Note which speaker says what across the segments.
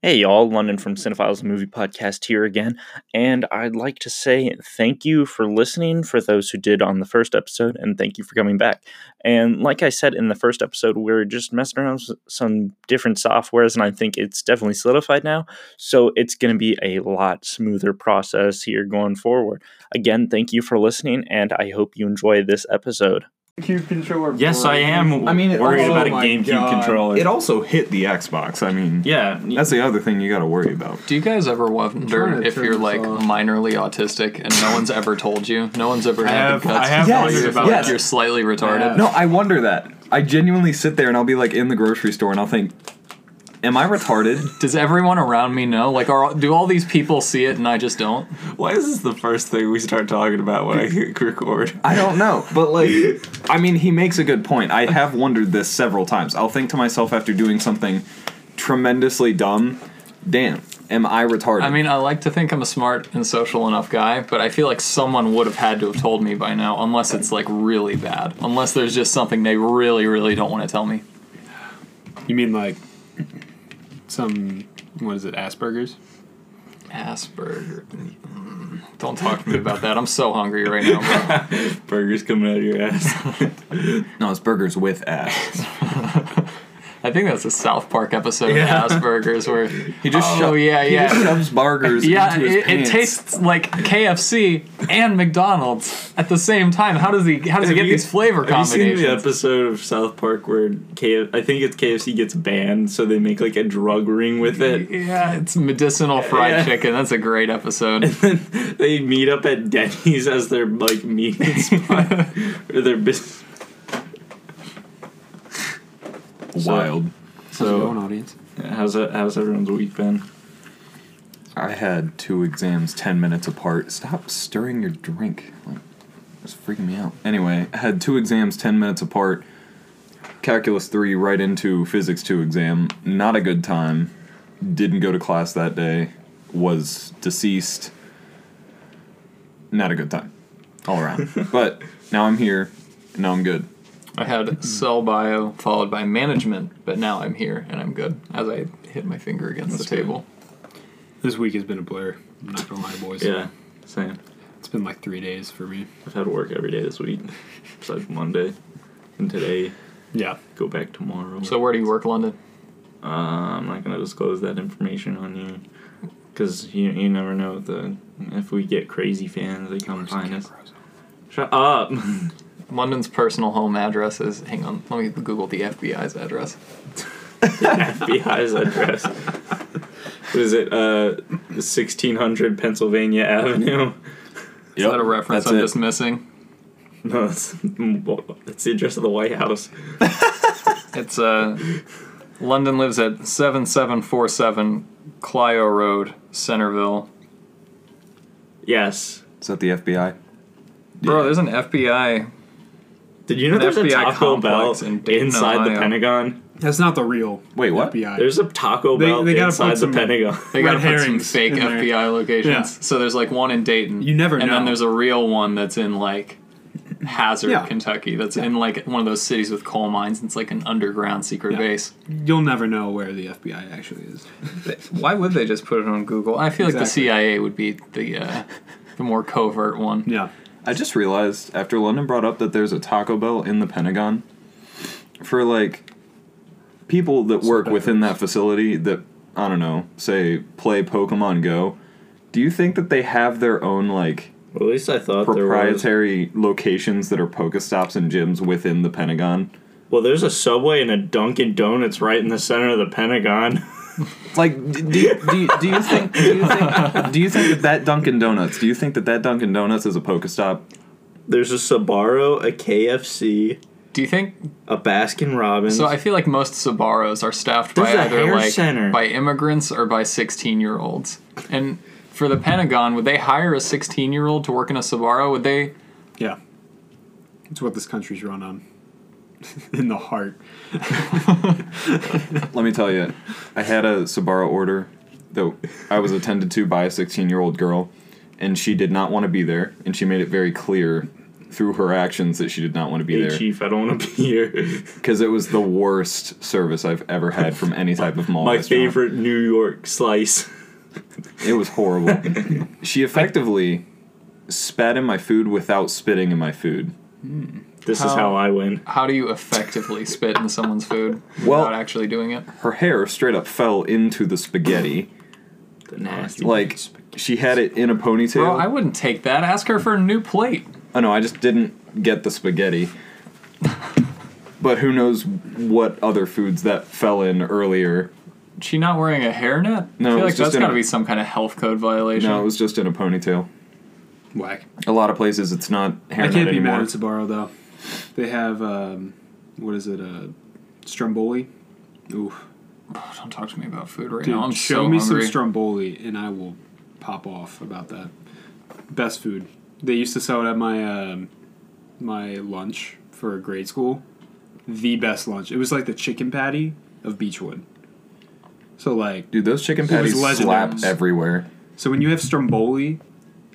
Speaker 1: Hey, y'all, London from Cinephiles Movie Podcast here again, and I'd like to say thank you for listening for those who did on the first episode, and thank you for coming back. And like I said in the first episode, we are just messing around with some different softwares, and I think it's definitely solidified now, so it's going to be a lot smoother process here going forward. Again, thank you for listening, and I hope you enjoy this episode.
Speaker 2: Cube controller.
Speaker 3: Yes, I am.
Speaker 4: I mean, it-
Speaker 3: worried
Speaker 4: oh
Speaker 3: about a
Speaker 2: my
Speaker 3: GameCube
Speaker 2: God.
Speaker 3: controller.
Speaker 5: It also hit the Xbox. I mean,
Speaker 3: yeah,
Speaker 5: that's the other thing you got to worry about.
Speaker 6: Do you guys ever wonder
Speaker 2: to
Speaker 6: if
Speaker 2: turn
Speaker 6: you're
Speaker 2: this
Speaker 6: like
Speaker 2: off.
Speaker 6: minorly autistic and no one's ever told you? No one's ever had
Speaker 3: have-
Speaker 6: the guts
Speaker 3: I have
Speaker 6: to tell
Speaker 3: wondered
Speaker 6: you
Speaker 3: about
Speaker 6: if
Speaker 5: that.
Speaker 6: you're slightly retarded.
Speaker 5: No, I wonder that. I genuinely sit there and I'll be like in the grocery store and I'll think, "Am I retarded?
Speaker 6: Does everyone around me know? Like, are do all these people see it and I just don't?
Speaker 3: Why is this the first thing we start talking about when I hit record?
Speaker 5: I don't know." But like, I mean, he makes a good point. I have wondered this several times. I'll think to myself after doing something tremendously dumb, "Damn, am I retarded?"
Speaker 6: I mean, I like to think I'm a smart and social enough guy, but I feel like someone would have had to have told me by now, unless it's like really bad. Unless there's just something they really, really don't want to tell me.
Speaker 2: You mean like some what is it? Asperger's.
Speaker 6: Asperger. Mm, Don't talk to me about that. I'm so hungry right now. bro.
Speaker 3: Burgers coming out of your ass.
Speaker 5: no, it's burgers with ass.
Speaker 6: I think that's a South Park episode of Asperger's where
Speaker 5: He just
Speaker 6: Oh,
Speaker 5: sho-
Speaker 6: yeah,
Speaker 5: he just
Speaker 6: yeah.
Speaker 5: shoves burgers.
Speaker 6: Yeah,
Speaker 5: into his
Speaker 6: it, it
Speaker 5: pants.
Speaker 6: tastes like KFC and McDonald's at the same time. How does he how does he
Speaker 3: Have
Speaker 6: get
Speaker 3: you-
Speaker 6: these flavor
Speaker 3: Have you seen
Speaker 6: combinations?
Speaker 2: uh,
Speaker 3: the episode of South Park where K- I think it's KFC gets banned, so they make like a drug ring with it?
Speaker 6: yeah, it's medicinal fried
Speaker 3: Yeah.
Speaker 6: chicken. That's a great episode.
Speaker 3: they meet up at Denny's as their like meeting spot or their business.
Speaker 5: wild.
Speaker 2: How's it
Speaker 3: So
Speaker 2: going, audience?
Speaker 3: how's that, how's everyone's week been?
Speaker 5: I had two exams 10 minutes apart. Stop stirring your drink. Like, it's freaking me out. Anyway, I had two exams 10 minutes apart. Calculus 3 right into Physics 2 exam. Not a good time. Didn't go to class that day. Was deceased. Not a good time. All around. but now I'm here. Now I'm good.
Speaker 6: I had cell bio followed by management, but now I'm here and I'm good as I hit my finger against the table.
Speaker 2: This week has been a blur. I'm not gonna lie, boys.
Speaker 3: Yeah, same.
Speaker 2: It's been like three days for me.
Speaker 3: I've had work every day this week, besides Monday and today.
Speaker 2: Yeah.
Speaker 3: Go back tomorrow.
Speaker 6: So where do you work, London?
Speaker 3: Uh, I'm not gonna disclose that information on you, cause you you never know the if we get crazy fans they come find us. Shut up.
Speaker 6: London's personal home address is. Hang on, let me Google the FBI's address.
Speaker 3: FBI's address. What is it? Uh, 1600 Pennsylvania Avenue.
Speaker 6: Is that a reference
Speaker 5: that's
Speaker 6: I'm
Speaker 5: it.
Speaker 6: just missing?
Speaker 3: No, that's, that's the address of the White House.
Speaker 6: It's uh, London lives at seven seven four seven Clio Road, Centerville.
Speaker 3: Yes.
Speaker 5: Is that the FBI?
Speaker 6: Bro, there's an FBI.
Speaker 3: Did you know
Speaker 6: An
Speaker 3: there's a
Speaker 6: FBI
Speaker 3: Taco Bell
Speaker 6: complex in Dayton,
Speaker 3: inside the
Speaker 6: Ohio.
Speaker 3: Pentagon?
Speaker 2: That's not the real.
Speaker 5: Wait, what?
Speaker 2: FBI.
Speaker 3: There's a Taco
Speaker 2: They-
Speaker 3: Bell
Speaker 2: they gotta
Speaker 3: inside
Speaker 2: put
Speaker 3: the
Speaker 2: some-
Speaker 3: Pentagon.
Speaker 6: They gotta
Speaker 2: Red
Speaker 6: put some
Speaker 2: herrings
Speaker 6: fake
Speaker 2: in there.
Speaker 6: FBI locations.
Speaker 2: Yeah.
Speaker 6: So there's like one in Dayton.
Speaker 2: You never
Speaker 6: And then
Speaker 2: know.
Speaker 6: there's a real one that's in like Hazard,
Speaker 2: Yeah.
Speaker 6: Kentucky. That's in like one of those cities with coal mines. It's like an underground secret
Speaker 2: Yeah.
Speaker 6: base.
Speaker 2: You'll never know where the FBI actually is.
Speaker 6: Why would they just put it on Google? I feel like the
Speaker 2: Exactly.
Speaker 6: CIA would be the uh, the more covert one.
Speaker 2: Yeah.
Speaker 5: I just realized after London brought up that there's a Taco Bell in the Pentagon for like people that work within that facility that I don't know, say play Pokemon Go. Do you think that they have their own like
Speaker 3: Well, at least I thought there was.
Speaker 5: proprietary locations that are Pokestops and gyms within the Pentagon?
Speaker 3: Well, there's a Subway and a Dunkin' Donuts right in the center of the Pentagon.
Speaker 5: Like, d- do you, do you, do you think do you think do you think that that Dunkin' Donuts? Do you think that that Dunkin' Donuts is a Pokestop?
Speaker 3: There's a Sabaro, a KFC,
Speaker 6: Do you think
Speaker 3: a Baskin Robbins.
Speaker 6: So I feel like most Sabaros are staffed
Speaker 3: There's a
Speaker 6: by either
Speaker 3: hair
Speaker 6: like
Speaker 3: center.
Speaker 6: by immigrants or by 16 year olds. And for the Pentagon, would they hire a 16 year old to work in a Sabaro? Would they?
Speaker 2: Yeah. It's what this country's run on. In the heart.
Speaker 5: Let me tell you, I had a Sabaro order that I was attended to by a 16 year old girl, and she did not want to be there, and she made it very clear through her actions that she did not want to be
Speaker 7: Hey,
Speaker 5: there
Speaker 7: Chief, I don't want to be here.
Speaker 5: because it was the worst service I've ever had from any type of mall.
Speaker 7: My
Speaker 5: restaurant.
Speaker 7: favorite New York slice.
Speaker 5: It was horrible. she effectively spat in my food without spitting in my food.
Speaker 7: This is how I win.
Speaker 6: How do you effectively spit in someone's food
Speaker 5: Well-
Speaker 6: without actually doing it?
Speaker 5: Her hair straight up fell into the spaghetti.
Speaker 7: The nasty.
Speaker 5: Like she had it in a ponytail.
Speaker 6: Bro, I wouldn't take that. Ask her for a new plate.
Speaker 5: Oh no, I just didn't get the spaghetti. But who knows what other foods that fell in earlier?
Speaker 6: She not wearing a hairnet?
Speaker 5: No,
Speaker 6: I
Speaker 5: it
Speaker 6: feel
Speaker 5: was
Speaker 6: like
Speaker 5: just
Speaker 6: that's
Speaker 5: in
Speaker 6: got to
Speaker 5: a-
Speaker 6: be some kind of health code violation.
Speaker 5: No, it was just in a ponytail.
Speaker 2: Whack.
Speaker 5: A lot of places it's not hair
Speaker 2: I can't be
Speaker 5: anymore.
Speaker 2: mad at Sabaro though. They have um, what is it? Uh, Stromboli. Oof.
Speaker 6: Oh, don't talk to me about food right
Speaker 2: Dude,
Speaker 6: now. I'm
Speaker 2: show
Speaker 6: so
Speaker 2: me
Speaker 6: hungry.
Speaker 2: some Stromboli and I will pop off about that. Best food. They used to sell it at my um, my lunch for grade school. The best lunch. It was like the chicken patty of Beechwood. So like,
Speaker 5: Dude, those chicken
Speaker 2: It was Oh,
Speaker 5: patties slap
Speaker 2: legendary.
Speaker 5: everywhere.
Speaker 2: so when you have Stromboli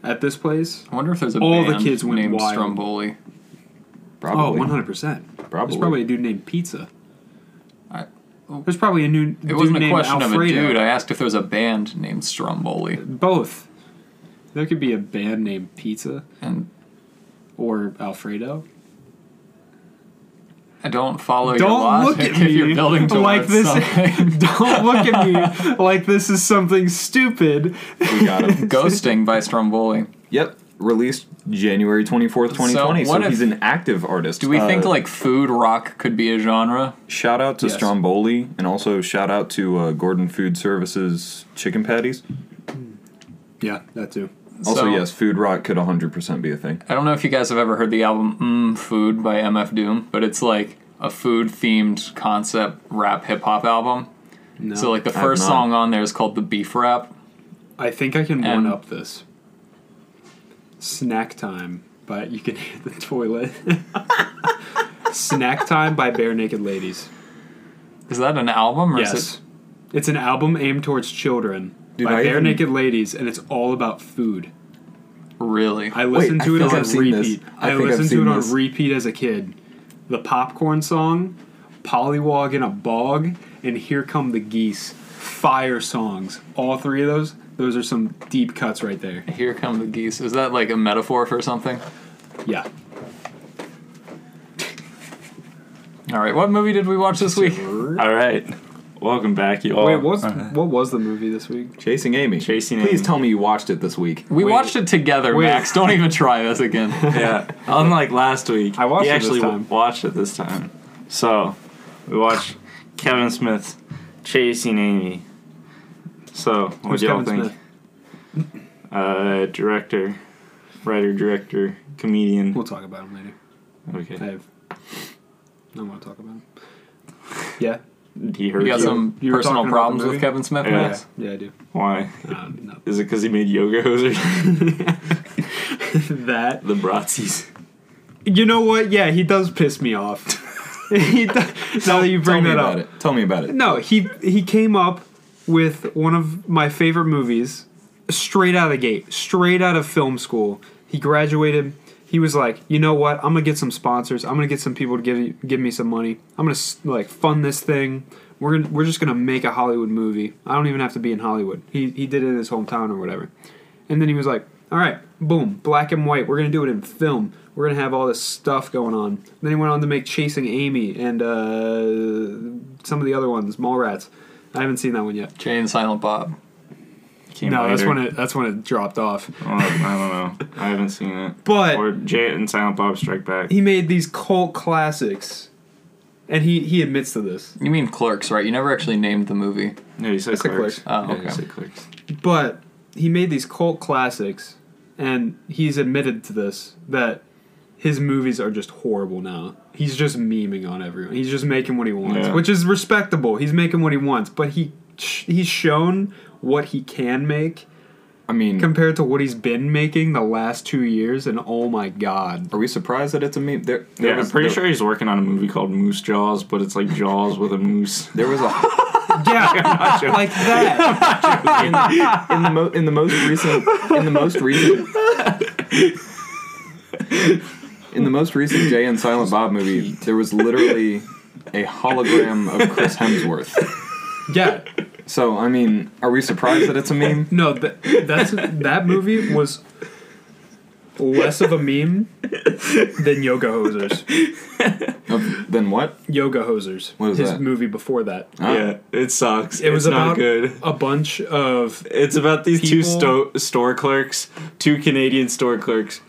Speaker 2: at this place,
Speaker 6: I wonder if there's a
Speaker 2: All the
Speaker 6: band
Speaker 2: kids went
Speaker 6: named
Speaker 2: wild.
Speaker 6: Stromboli.
Speaker 5: Probably.
Speaker 2: oh, one hundred percent. There's
Speaker 5: Probably.
Speaker 2: probably a dude named Pizza.
Speaker 6: I-
Speaker 2: There's probably a new. It
Speaker 6: It
Speaker 2: dude
Speaker 6: wasn't a
Speaker 2: named
Speaker 6: question
Speaker 2: Alfredo.
Speaker 6: of a dude. I asked if there was a band named Stromboli.
Speaker 2: Both. There could be a band named Pizza
Speaker 6: And
Speaker 2: or Alfredo.
Speaker 6: I don't follow your
Speaker 2: Don't
Speaker 6: logic
Speaker 2: look at
Speaker 6: if
Speaker 2: me
Speaker 6: you're building towards
Speaker 2: like this.
Speaker 6: something.
Speaker 2: Don't look at me like this is something stupid.
Speaker 5: we got him.
Speaker 6: Ghosting by Stromboli.
Speaker 5: Yep. Released January 24th, 2020. So,
Speaker 6: what if-
Speaker 5: he's an active artist.
Speaker 6: Do we
Speaker 5: Uh,
Speaker 6: think like food rock could be a genre?
Speaker 5: Shout out to
Speaker 2: Yes.
Speaker 5: Stromboli and also shout out to uh, Gordon Food Services chicken patties.
Speaker 2: Yeah, that too.
Speaker 5: Also,
Speaker 6: So-
Speaker 5: yes, Food Rock could 100% be a thing.
Speaker 6: I don't know if you guys have ever heard the album mm, Food by MF Doom, but it's like a food themed concept rap hip hop album.
Speaker 2: No.
Speaker 6: So like the
Speaker 5: I've
Speaker 6: first
Speaker 5: not.
Speaker 6: song on there is called The Beef Rap.
Speaker 2: I think I can one
Speaker 6: And-
Speaker 2: up this. Snack time, but you can hit the toilet. Snack time by Bare Naked Ladies.
Speaker 6: Is that an album or is
Speaker 2: Yes.
Speaker 6: it
Speaker 2: It's an album aimed towards children
Speaker 5: Dude,
Speaker 2: by
Speaker 5: I
Speaker 2: Bare
Speaker 5: even-
Speaker 2: Naked Ladies, and it's all about food.
Speaker 6: really?
Speaker 2: I listened
Speaker 5: I
Speaker 2: to it
Speaker 5: think
Speaker 2: on
Speaker 5: I've seen this.
Speaker 2: repeat.
Speaker 5: I
Speaker 2: I,
Speaker 5: think I've
Speaker 2: listened to
Speaker 5: seen
Speaker 2: it on
Speaker 5: this.
Speaker 2: repeat as a kid. The popcorn song, Pollywog in a Bog, and Here Come the Geese. Fire songs. All three of those, those are some deep cuts right there.
Speaker 6: Here come the geese. Is that like a metaphor for something?
Speaker 2: Yeah.
Speaker 6: All right, what movie did we watch this week?
Speaker 2: Wait,
Speaker 7: All right, welcome back, y'all.
Speaker 2: what Uh. was, what was the movie this week?
Speaker 5: Chasing Amy.
Speaker 7: Chasing
Speaker 5: Please
Speaker 7: Amy.
Speaker 5: tell me you watched it this week.
Speaker 6: We
Speaker 2: Wait.
Speaker 6: watched it together,
Speaker 2: Wait.
Speaker 6: Max. Don't even try this again.
Speaker 7: yeah. Unlike last week,
Speaker 2: I watched
Speaker 7: he
Speaker 2: it this
Speaker 7: actually w-
Speaker 2: time.
Speaker 7: watched it this time. So we watched Kevin Smith chasing Amy. So what
Speaker 2: Who's
Speaker 7: do y'all
Speaker 2: Kevin
Speaker 7: think?
Speaker 2: Smith?
Speaker 7: Uh, director, writer, director, comedian.
Speaker 2: We'll talk about him later. I
Speaker 7: Okay.
Speaker 2: have. I want to talk about him. Yeah.
Speaker 7: He heard
Speaker 6: You got
Speaker 7: you.
Speaker 6: some
Speaker 2: You were
Speaker 6: personal
Speaker 2: talking about
Speaker 6: problems
Speaker 2: the
Speaker 6: with
Speaker 2: movie?
Speaker 6: Kevin Smith,
Speaker 7: Yeah.
Speaker 6: Max?
Speaker 2: Yeah, I do.
Speaker 7: Why?
Speaker 2: Um, no.
Speaker 7: Is it because he made yoga hosers?
Speaker 2: that
Speaker 7: the Bratzies.
Speaker 2: You know what? Yeah, he does piss me off. he do- now that you
Speaker 5: Tell
Speaker 2: bring
Speaker 5: me
Speaker 2: that
Speaker 5: about
Speaker 2: up.
Speaker 5: it. Tell me about it.
Speaker 2: No, he he came up with one of my favorite movies straight out of the gate, straight out of film school. He graduated. He was like, you know what? I'm gonna get some sponsors. I'm gonna get some people to give give me some money. I'm gonna s- like fund this thing. We're gonna, we're just gonna make a Hollywood movie. I don't even have to be in Hollywood. He he did it in his hometown or whatever. And then he was like, all right, boom, black and white. We're going to do it in film. We're going to have all this stuff going on. then he went on to make Chasing Amy and uh, some of the other ones, Mallrats. I haven't seen that one yet.
Speaker 6: Jay and Silent Bob.
Speaker 7: Came
Speaker 2: no, that's
Speaker 7: later.
Speaker 2: when it that's when it dropped off.
Speaker 7: Well, I don't know. I haven't seen it.
Speaker 2: But
Speaker 7: or Jay and Silent Bob Strike Back.
Speaker 2: he made these cult classics, and he he admits to this.
Speaker 6: You mean Clerks, right? You never actually named the movie.
Speaker 7: No, you said
Speaker 2: That's a
Speaker 7: clerks.
Speaker 2: clerk.
Speaker 7: Yeah,
Speaker 6: Oh,
Speaker 7: you
Speaker 6: okay.
Speaker 7: said clerks.
Speaker 2: But he made these cult classics, and he's admitted to this that his movies are just horrible now. He's just memeing on everyone. He's just making what he wants,
Speaker 7: Yeah.
Speaker 2: which is respectable. He's making what he wants, but he he's shown what he can make
Speaker 5: I mean,
Speaker 2: compared to what he's been making the last two years, and oh my god,
Speaker 5: are we surprised that it's a meme? There, there
Speaker 7: Yeah, I'm
Speaker 5: was-
Speaker 7: pretty
Speaker 5: there-
Speaker 7: sure he's working on a movie called Moose Jaws, but it's like Jaws with a moose.
Speaker 5: There was a
Speaker 2: yeah, like that.
Speaker 5: in the mo- in the most recent in the most recent in the most recent Jay and Silent Bob movie, there was literally a hologram of Chris Hemsworth.
Speaker 2: Yeah.
Speaker 5: So I mean, are we surprised that it's a meme?
Speaker 2: No, th- that's that movie was less of a meme than Yoga Hosers.
Speaker 5: Of, then what?
Speaker 2: Yoga Hosers.
Speaker 5: What is
Speaker 2: his
Speaker 5: that?
Speaker 2: movie before that.
Speaker 5: Ah.
Speaker 3: yeah, it sucks.
Speaker 2: It was
Speaker 3: it's
Speaker 2: about
Speaker 3: not good.
Speaker 2: a bunch of
Speaker 3: It's about these two
Speaker 2: People-
Speaker 3: sto- store clerks, two Canadian store clerks,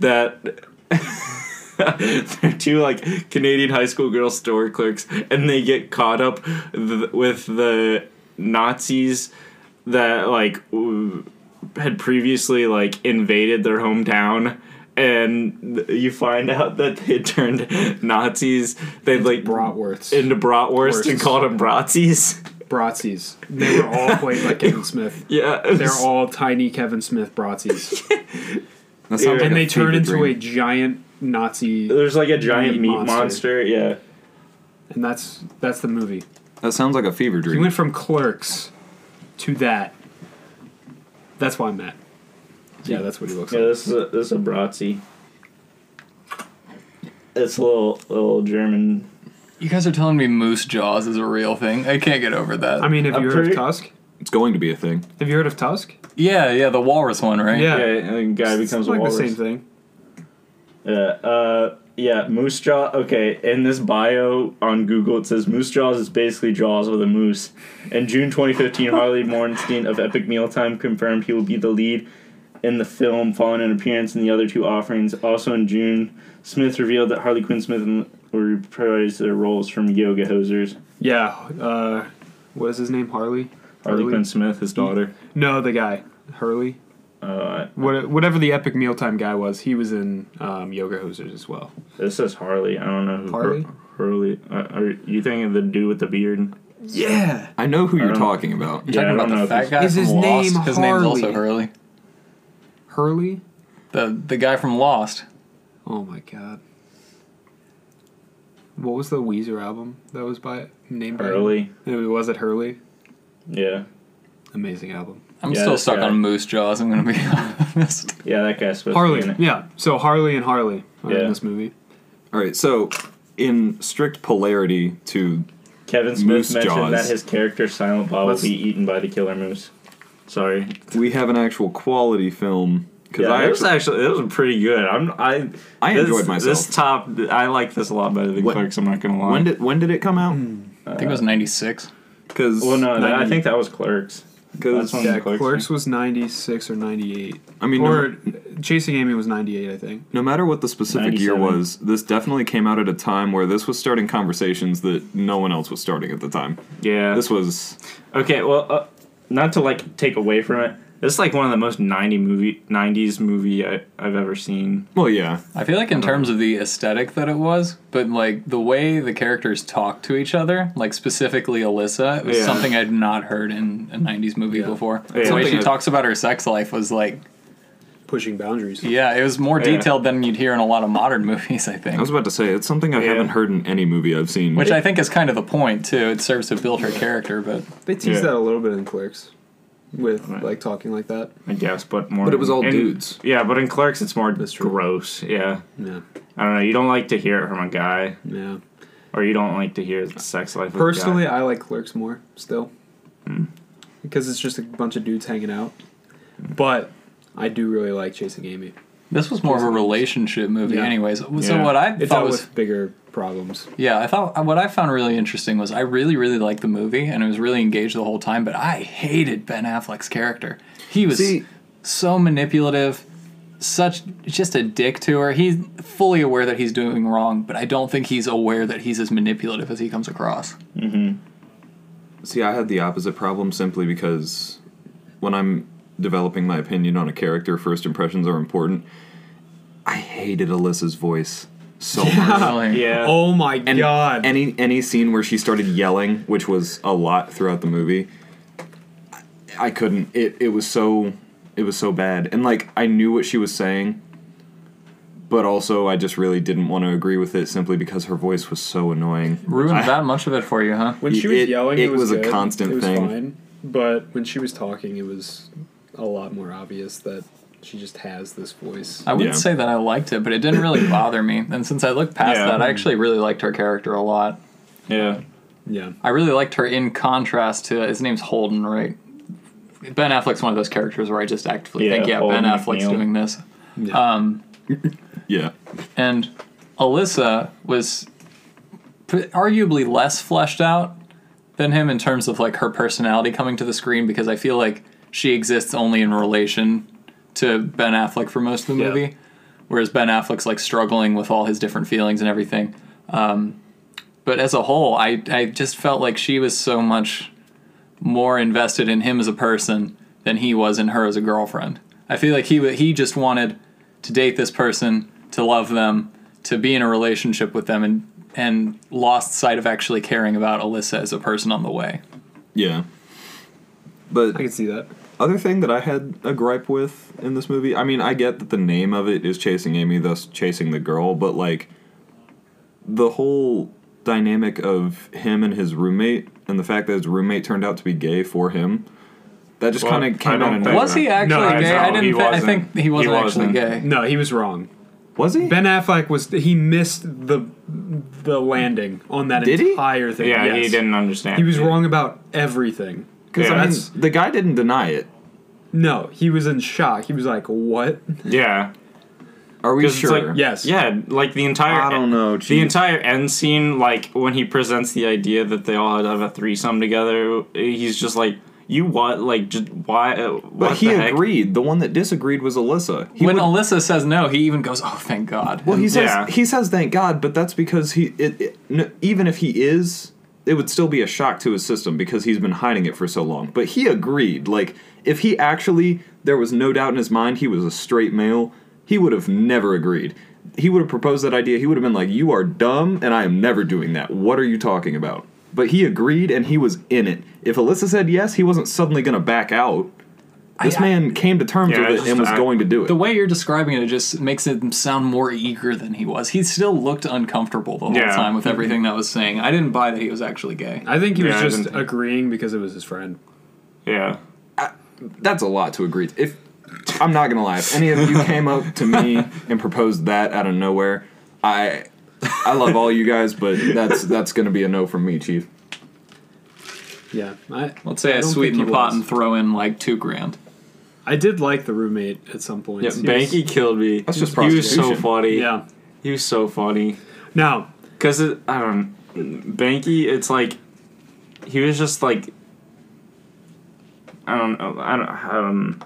Speaker 3: that they're two like Canadian high school girl store clerks, and they get caught up th- with the Nazis that like w- had previously like invaded their hometown. And th- you find out that they turned Nazis. They like
Speaker 2: bratwursts,
Speaker 3: into bratwurst and
Speaker 2: Wursts.
Speaker 3: called them bratsies.
Speaker 2: Bratsies. They were all played by Kevin Smith.
Speaker 3: Yeah,
Speaker 2: They're all tiny Kevin Smith Bratsies,
Speaker 5: That sounds like
Speaker 2: and
Speaker 5: a
Speaker 2: they turn
Speaker 5: fever
Speaker 2: into
Speaker 5: dream.
Speaker 2: a giant Nazi,
Speaker 3: There's like a giant meat
Speaker 2: Meat
Speaker 3: monster. Yeah.
Speaker 2: and that's that's the movie.
Speaker 5: That sounds like a fever
Speaker 2: You
Speaker 5: dream.
Speaker 2: went from Clerks to that. That's why I'm at. Yeah, that's what he looks
Speaker 3: Yeah.
Speaker 2: like.
Speaker 3: This is a, this is a bratzi. It's a little little German.
Speaker 6: You guys are telling me moose jaws is a real thing. I can't get over that.
Speaker 2: I mean, have
Speaker 3: I'm
Speaker 2: you heard
Speaker 3: pretty-
Speaker 2: of Tusk?
Speaker 5: It's going to be a thing.
Speaker 2: Have you heard of Tusk?
Speaker 6: yeah, yeah, the walrus one, right?
Speaker 2: Yeah.
Speaker 3: Yeah, and guy
Speaker 2: It's
Speaker 3: becomes a
Speaker 2: like
Speaker 3: walrus.
Speaker 2: the same thing.
Speaker 3: Yeah. Uh, yeah. Moose jaw. Okay. In this bio on Google, it says moose jaws is basically jaws with a moose. In June 2015, Harley Mornstein of Epic Mealtime confirmed he will be the lead in the film, following an appearance in the other two offerings. Also in June, Smith revealed that Harley Quinn Smith and- will reprise their roles from Yoga Hosers.
Speaker 2: Yeah. Uh, what is his name? Harley.
Speaker 3: Harley
Speaker 2: Harley?
Speaker 3: Quinn Smith, his daughter.
Speaker 2: No, the guy. Hurley.
Speaker 3: Uh,
Speaker 2: What, whatever the epic mealtime guy was, he was in um, Yoga Hosers as well.
Speaker 3: this is Harley. I don't know who Har-
Speaker 2: Harley?
Speaker 3: Hurley. Uh, are you thinking of the dude with the beard?
Speaker 2: Yeah.
Speaker 5: I know who you're
Speaker 3: don't-
Speaker 5: talking about.
Speaker 3: Yeah, I
Speaker 6: Talking
Speaker 3: don't
Speaker 6: about
Speaker 3: know
Speaker 6: the
Speaker 3: if
Speaker 6: fat
Speaker 3: he's-
Speaker 6: guy
Speaker 2: Is
Speaker 6: from
Speaker 2: his
Speaker 6: Lost.
Speaker 2: name
Speaker 6: his name's also
Speaker 2: Harley?
Speaker 6: Hurley.
Speaker 2: Hurley.
Speaker 6: The the guy from Lost.
Speaker 2: Oh my god. What was the Weezer album that was by named by? him?
Speaker 3: Hurley.
Speaker 2: It was it Hurley.
Speaker 3: Yeah.
Speaker 2: Amazing album.
Speaker 6: I'm
Speaker 3: Yeah,
Speaker 6: still
Speaker 3: this
Speaker 6: stuck
Speaker 3: guy.
Speaker 6: on moose jaws. I'm gonna be honest.
Speaker 3: Yeah, that guy's supposed to be in
Speaker 2: Harley.
Speaker 3: it.
Speaker 2: Yeah. So Harley and Harley are
Speaker 3: Yeah.
Speaker 2: in this movie.
Speaker 5: All right, so in strict polarity to
Speaker 3: Kevin Smith
Speaker 5: Moose
Speaker 3: mentioned
Speaker 5: Jaws.
Speaker 3: that his character Silent Bob
Speaker 2: Let's-
Speaker 3: will be eaten by the killer moose. Sorry.
Speaker 5: we have an actual quality film because
Speaker 3: Yeah,
Speaker 5: I
Speaker 3: it was
Speaker 5: actually,
Speaker 3: actually it was pretty good. I'm I
Speaker 5: I
Speaker 3: this-
Speaker 5: enjoyed myself.
Speaker 3: This top I like this a lot better than
Speaker 5: When-
Speaker 3: Clerks. I'm not gonna lie.
Speaker 5: when did when did it come out?
Speaker 6: I think it was '96.
Speaker 5: Because
Speaker 3: Hmm. well, no, that, I
Speaker 2: 90.
Speaker 3: think that was Clerks. that's when-
Speaker 2: Yeah,
Speaker 3: Clerks,
Speaker 2: Clerks was ninety six or ninety eight,
Speaker 5: I mean, no,
Speaker 2: or Chasing Amy was ninety eight, I think.
Speaker 5: no matter what the specific year
Speaker 3: 97.
Speaker 5: was, this definitely came out at a time where this was starting conversations that no one else was starting at the time.
Speaker 3: Yeah.
Speaker 5: This was
Speaker 3: Okay, well, uh, not to like take away from it. This is like one of the most 90 movie 90s movie I, I've ever seen.
Speaker 5: well, yeah,
Speaker 6: I feel like in terms of the aesthetic that it was, but like the way the characters talk to each other, like specifically Alyssa, it was
Speaker 3: Yeah.
Speaker 6: something I'd not heard in a '90s movie before. the way
Speaker 3: Something
Speaker 6: she
Speaker 3: that-
Speaker 6: talks about her sex life was like,
Speaker 2: Pushing boundaries.
Speaker 6: yeah, it was more
Speaker 3: Yeah.
Speaker 6: detailed than you'd hear in a lot of modern movies. I think.
Speaker 5: I was about to say it's something I
Speaker 3: Yeah.
Speaker 5: haven't heard in any movie I've seen.
Speaker 6: which I think is kind of the point too. It serves to build her character, but
Speaker 2: They teased
Speaker 3: Yeah.
Speaker 2: that a little bit in Clerks, with
Speaker 3: Right.
Speaker 2: like talking like that.
Speaker 3: I guess, but more.
Speaker 5: But it was all
Speaker 3: in-
Speaker 5: dudes.
Speaker 3: Yeah, but in Clerks, it's more
Speaker 2: true.
Speaker 3: gross. Yeah,
Speaker 2: Yeah.
Speaker 3: I don't know. You don't like to hear it from a guy,
Speaker 2: Yeah.
Speaker 3: or you don't like to hear the sex life. of a guy.
Speaker 2: Personally, I like Clerks more still. Because it's just a bunch of dudes hanging out. But I do really like Chasing Amy.
Speaker 6: this was more of a relationship movie,
Speaker 2: Yeah.
Speaker 6: anyways. So
Speaker 3: Yeah.
Speaker 6: what I
Speaker 2: It
Speaker 6: thought
Speaker 2: dealt
Speaker 6: was
Speaker 2: with bigger problems.
Speaker 6: Yeah, I thought what I found really interesting was I really, really liked the movie and I was really engaged the whole time, but I hated Ben Affleck's character. He was
Speaker 5: See-
Speaker 6: so manipulative, such just a dick to her. He's fully aware that he's doing wrong, but I don't think he's aware that he's as manipulative as he comes across.
Speaker 5: See, I had the opposite problem simply because when I'm developing my opinion on a character, first impressions are important. I hated Alyssa's voice so much.
Speaker 6: Really.
Speaker 3: yeah.
Speaker 2: Oh my god.
Speaker 5: Any any scene where she started yelling, which was a lot throughout the movie, I- I couldn't. It it was so it was so bad. And like I knew what she was saying, but also I just really didn't want to agree with it simply because her voice was so annoying.
Speaker 6: Ruined
Speaker 5: I-
Speaker 6: that much of it for you, huh?
Speaker 2: when she was
Speaker 5: it-
Speaker 2: yelling, it,
Speaker 5: it was a
Speaker 2: good.
Speaker 5: constant
Speaker 2: it was
Speaker 5: thing.
Speaker 2: Fine. But when she was talking, it was a lot more obvious that She just has this voice.
Speaker 6: I wouldn't
Speaker 3: Yeah.
Speaker 6: say that I liked it, but it didn't really bother me. And since I looked past
Speaker 3: Yeah.
Speaker 6: that, I actually really liked her character a lot.
Speaker 3: Yeah.
Speaker 2: Yeah.
Speaker 6: I really liked her in contrast to his name's Holden, right? Ben Affleck's one of those characters where I just actively
Speaker 3: Yeah,
Speaker 6: think, yeah,
Speaker 3: Holden
Speaker 6: Ben Affleck's
Speaker 3: McNeil.
Speaker 6: doing this.
Speaker 2: Yeah.
Speaker 6: Um,
Speaker 5: Yeah.
Speaker 6: and Alyssa was p- arguably less fleshed out than him in terms of like her personality coming to the screen because I feel like she exists only in relation to Ben Affleck for most of the
Speaker 2: Yeah.
Speaker 6: movie, whereas Ben Affleck's like struggling with all his different feelings and everything. Um, but as a whole, I I just felt like she was so much more invested in him as a person than he was in her as a girlfriend. I feel like he wa- he just wanted to date this person, to love them, to be in a relationship with them, and and lost sight of actually caring about Alyssa as a person on the way.
Speaker 5: Yeah. But
Speaker 2: I can see that.
Speaker 5: Other thing that I had a gripe with in this movie, I mean, I get that the name of it is Chasing Amy, thus chasing the girl, but like the whole dynamic of him and his roommate and the fact that his roommate turned out to be gay for him, that just
Speaker 3: Well,
Speaker 5: kind of
Speaker 3: I
Speaker 5: came
Speaker 3: don't
Speaker 5: out of
Speaker 3: think-
Speaker 5: nowhere.
Speaker 6: Was he actually
Speaker 2: No,
Speaker 6: gay?
Speaker 2: no,
Speaker 6: I didn't.
Speaker 3: he
Speaker 6: thi- I
Speaker 3: wasn't.
Speaker 6: think he
Speaker 3: He
Speaker 6: wasn't,
Speaker 3: wasn't.
Speaker 6: actually gay.
Speaker 2: No, he was wrong.
Speaker 5: Was he?
Speaker 2: Ben Affleck was he missed the the landing on that
Speaker 5: Did he?
Speaker 2: entire thing.
Speaker 3: Yeah, he
Speaker 2: Yes.
Speaker 3: didn't understand.
Speaker 2: He was
Speaker 3: it.
Speaker 2: wrong about everything.
Speaker 5: Because
Speaker 3: Yeah.
Speaker 5: I mean,
Speaker 2: That's-
Speaker 5: the guy didn't deny it.
Speaker 2: No, he was in shock. He was like, "What?"
Speaker 3: Yeah.
Speaker 5: Are we
Speaker 3: 'Cause it's
Speaker 5: sure?
Speaker 3: like-
Speaker 2: Yes.
Speaker 3: Yeah, like the entire
Speaker 5: I don't know,
Speaker 3: The
Speaker 5: geez.
Speaker 3: entire end scene, like when he presents the idea that they all have a threesome together, he's just like, "You what? Like, just why? uh, What
Speaker 5: But he
Speaker 3: the heck?"
Speaker 5: agreed. The one that disagreed was Alyssa. He
Speaker 6: when
Speaker 5: would-
Speaker 6: Alyssa says no, he even goes, "Oh, thank God."
Speaker 5: Well, he says
Speaker 3: Yeah.
Speaker 5: he says thank God, but that's because he it, it- n- even if he is, it would still be a shock to his system because he's been hiding it for so long. But he agreed. Like if he actually there was no doubt in his mind he was a straight male, he would have never agreed. He would have proposed that idea. He would have been like, "You are dumb, and I am never doing that. What are you talking about?" But he agreed, and he was in it. If Alyssa said yes, he wasn't suddenly going to back out. This
Speaker 6: I-
Speaker 5: man came to terms
Speaker 3: Yeah, I
Speaker 5: with it
Speaker 3: just-
Speaker 5: and was
Speaker 3: I-
Speaker 5: going to do it.
Speaker 6: the way you're describing it, it just makes him sound more eager than he was. He still looked uncomfortable the whole
Speaker 3: Yeah.
Speaker 6: time with everything that was saying. I didn't buy that he was actually gay.
Speaker 2: I think he
Speaker 3: Yeah, I
Speaker 2: was
Speaker 3: didn't
Speaker 2: just
Speaker 3: think-
Speaker 2: agreeing because it was his friend.
Speaker 3: Yeah.
Speaker 5: that's a lot to agree to. If I'm not gonna lie, if any of you came up to me and proposed that out of nowhere, I I love all you guys, but that's that's gonna be a no from me, Chief.
Speaker 2: Yeah, I,
Speaker 6: Let's say I,
Speaker 2: don't
Speaker 6: sweeten the
Speaker 2: think he
Speaker 6: pot
Speaker 2: was.
Speaker 6: and throw in like two grand.
Speaker 2: I did like the roommate at some point.
Speaker 3: Yeah, Banky killed me.
Speaker 5: That's just
Speaker 3: he was so
Speaker 5: prostitution.
Speaker 3: funny.
Speaker 2: Yeah.
Speaker 3: he was so funny.
Speaker 2: Now,
Speaker 3: Cause it, I don't Banky. It's like he was just like I don't know. I don't. Um,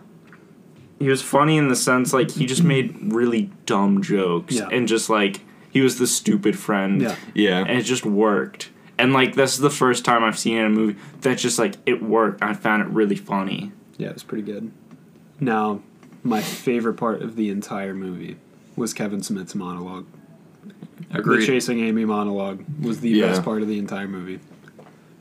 Speaker 3: he was funny in the sense like he just made really dumb jokes
Speaker 2: Yeah.
Speaker 3: and just like he was the stupid friend.
Speaker 2: yeah,
Speaker 3: and
Speaker 5: Yeah.
Speaker 3: it just worked. And like this is the first time I've seen it in a movie that just like it worked. I found it really funny.
Speaker 2: yeah, it was pretty good. Now, my favorite part of the entire movie was Kevin Smith's monologue.
Speaker 6: Agreed.
Speaker 2: The chasing Amy monologue was the
Speaker 5: Yeah.
Speaker 2: best part of the entire movie.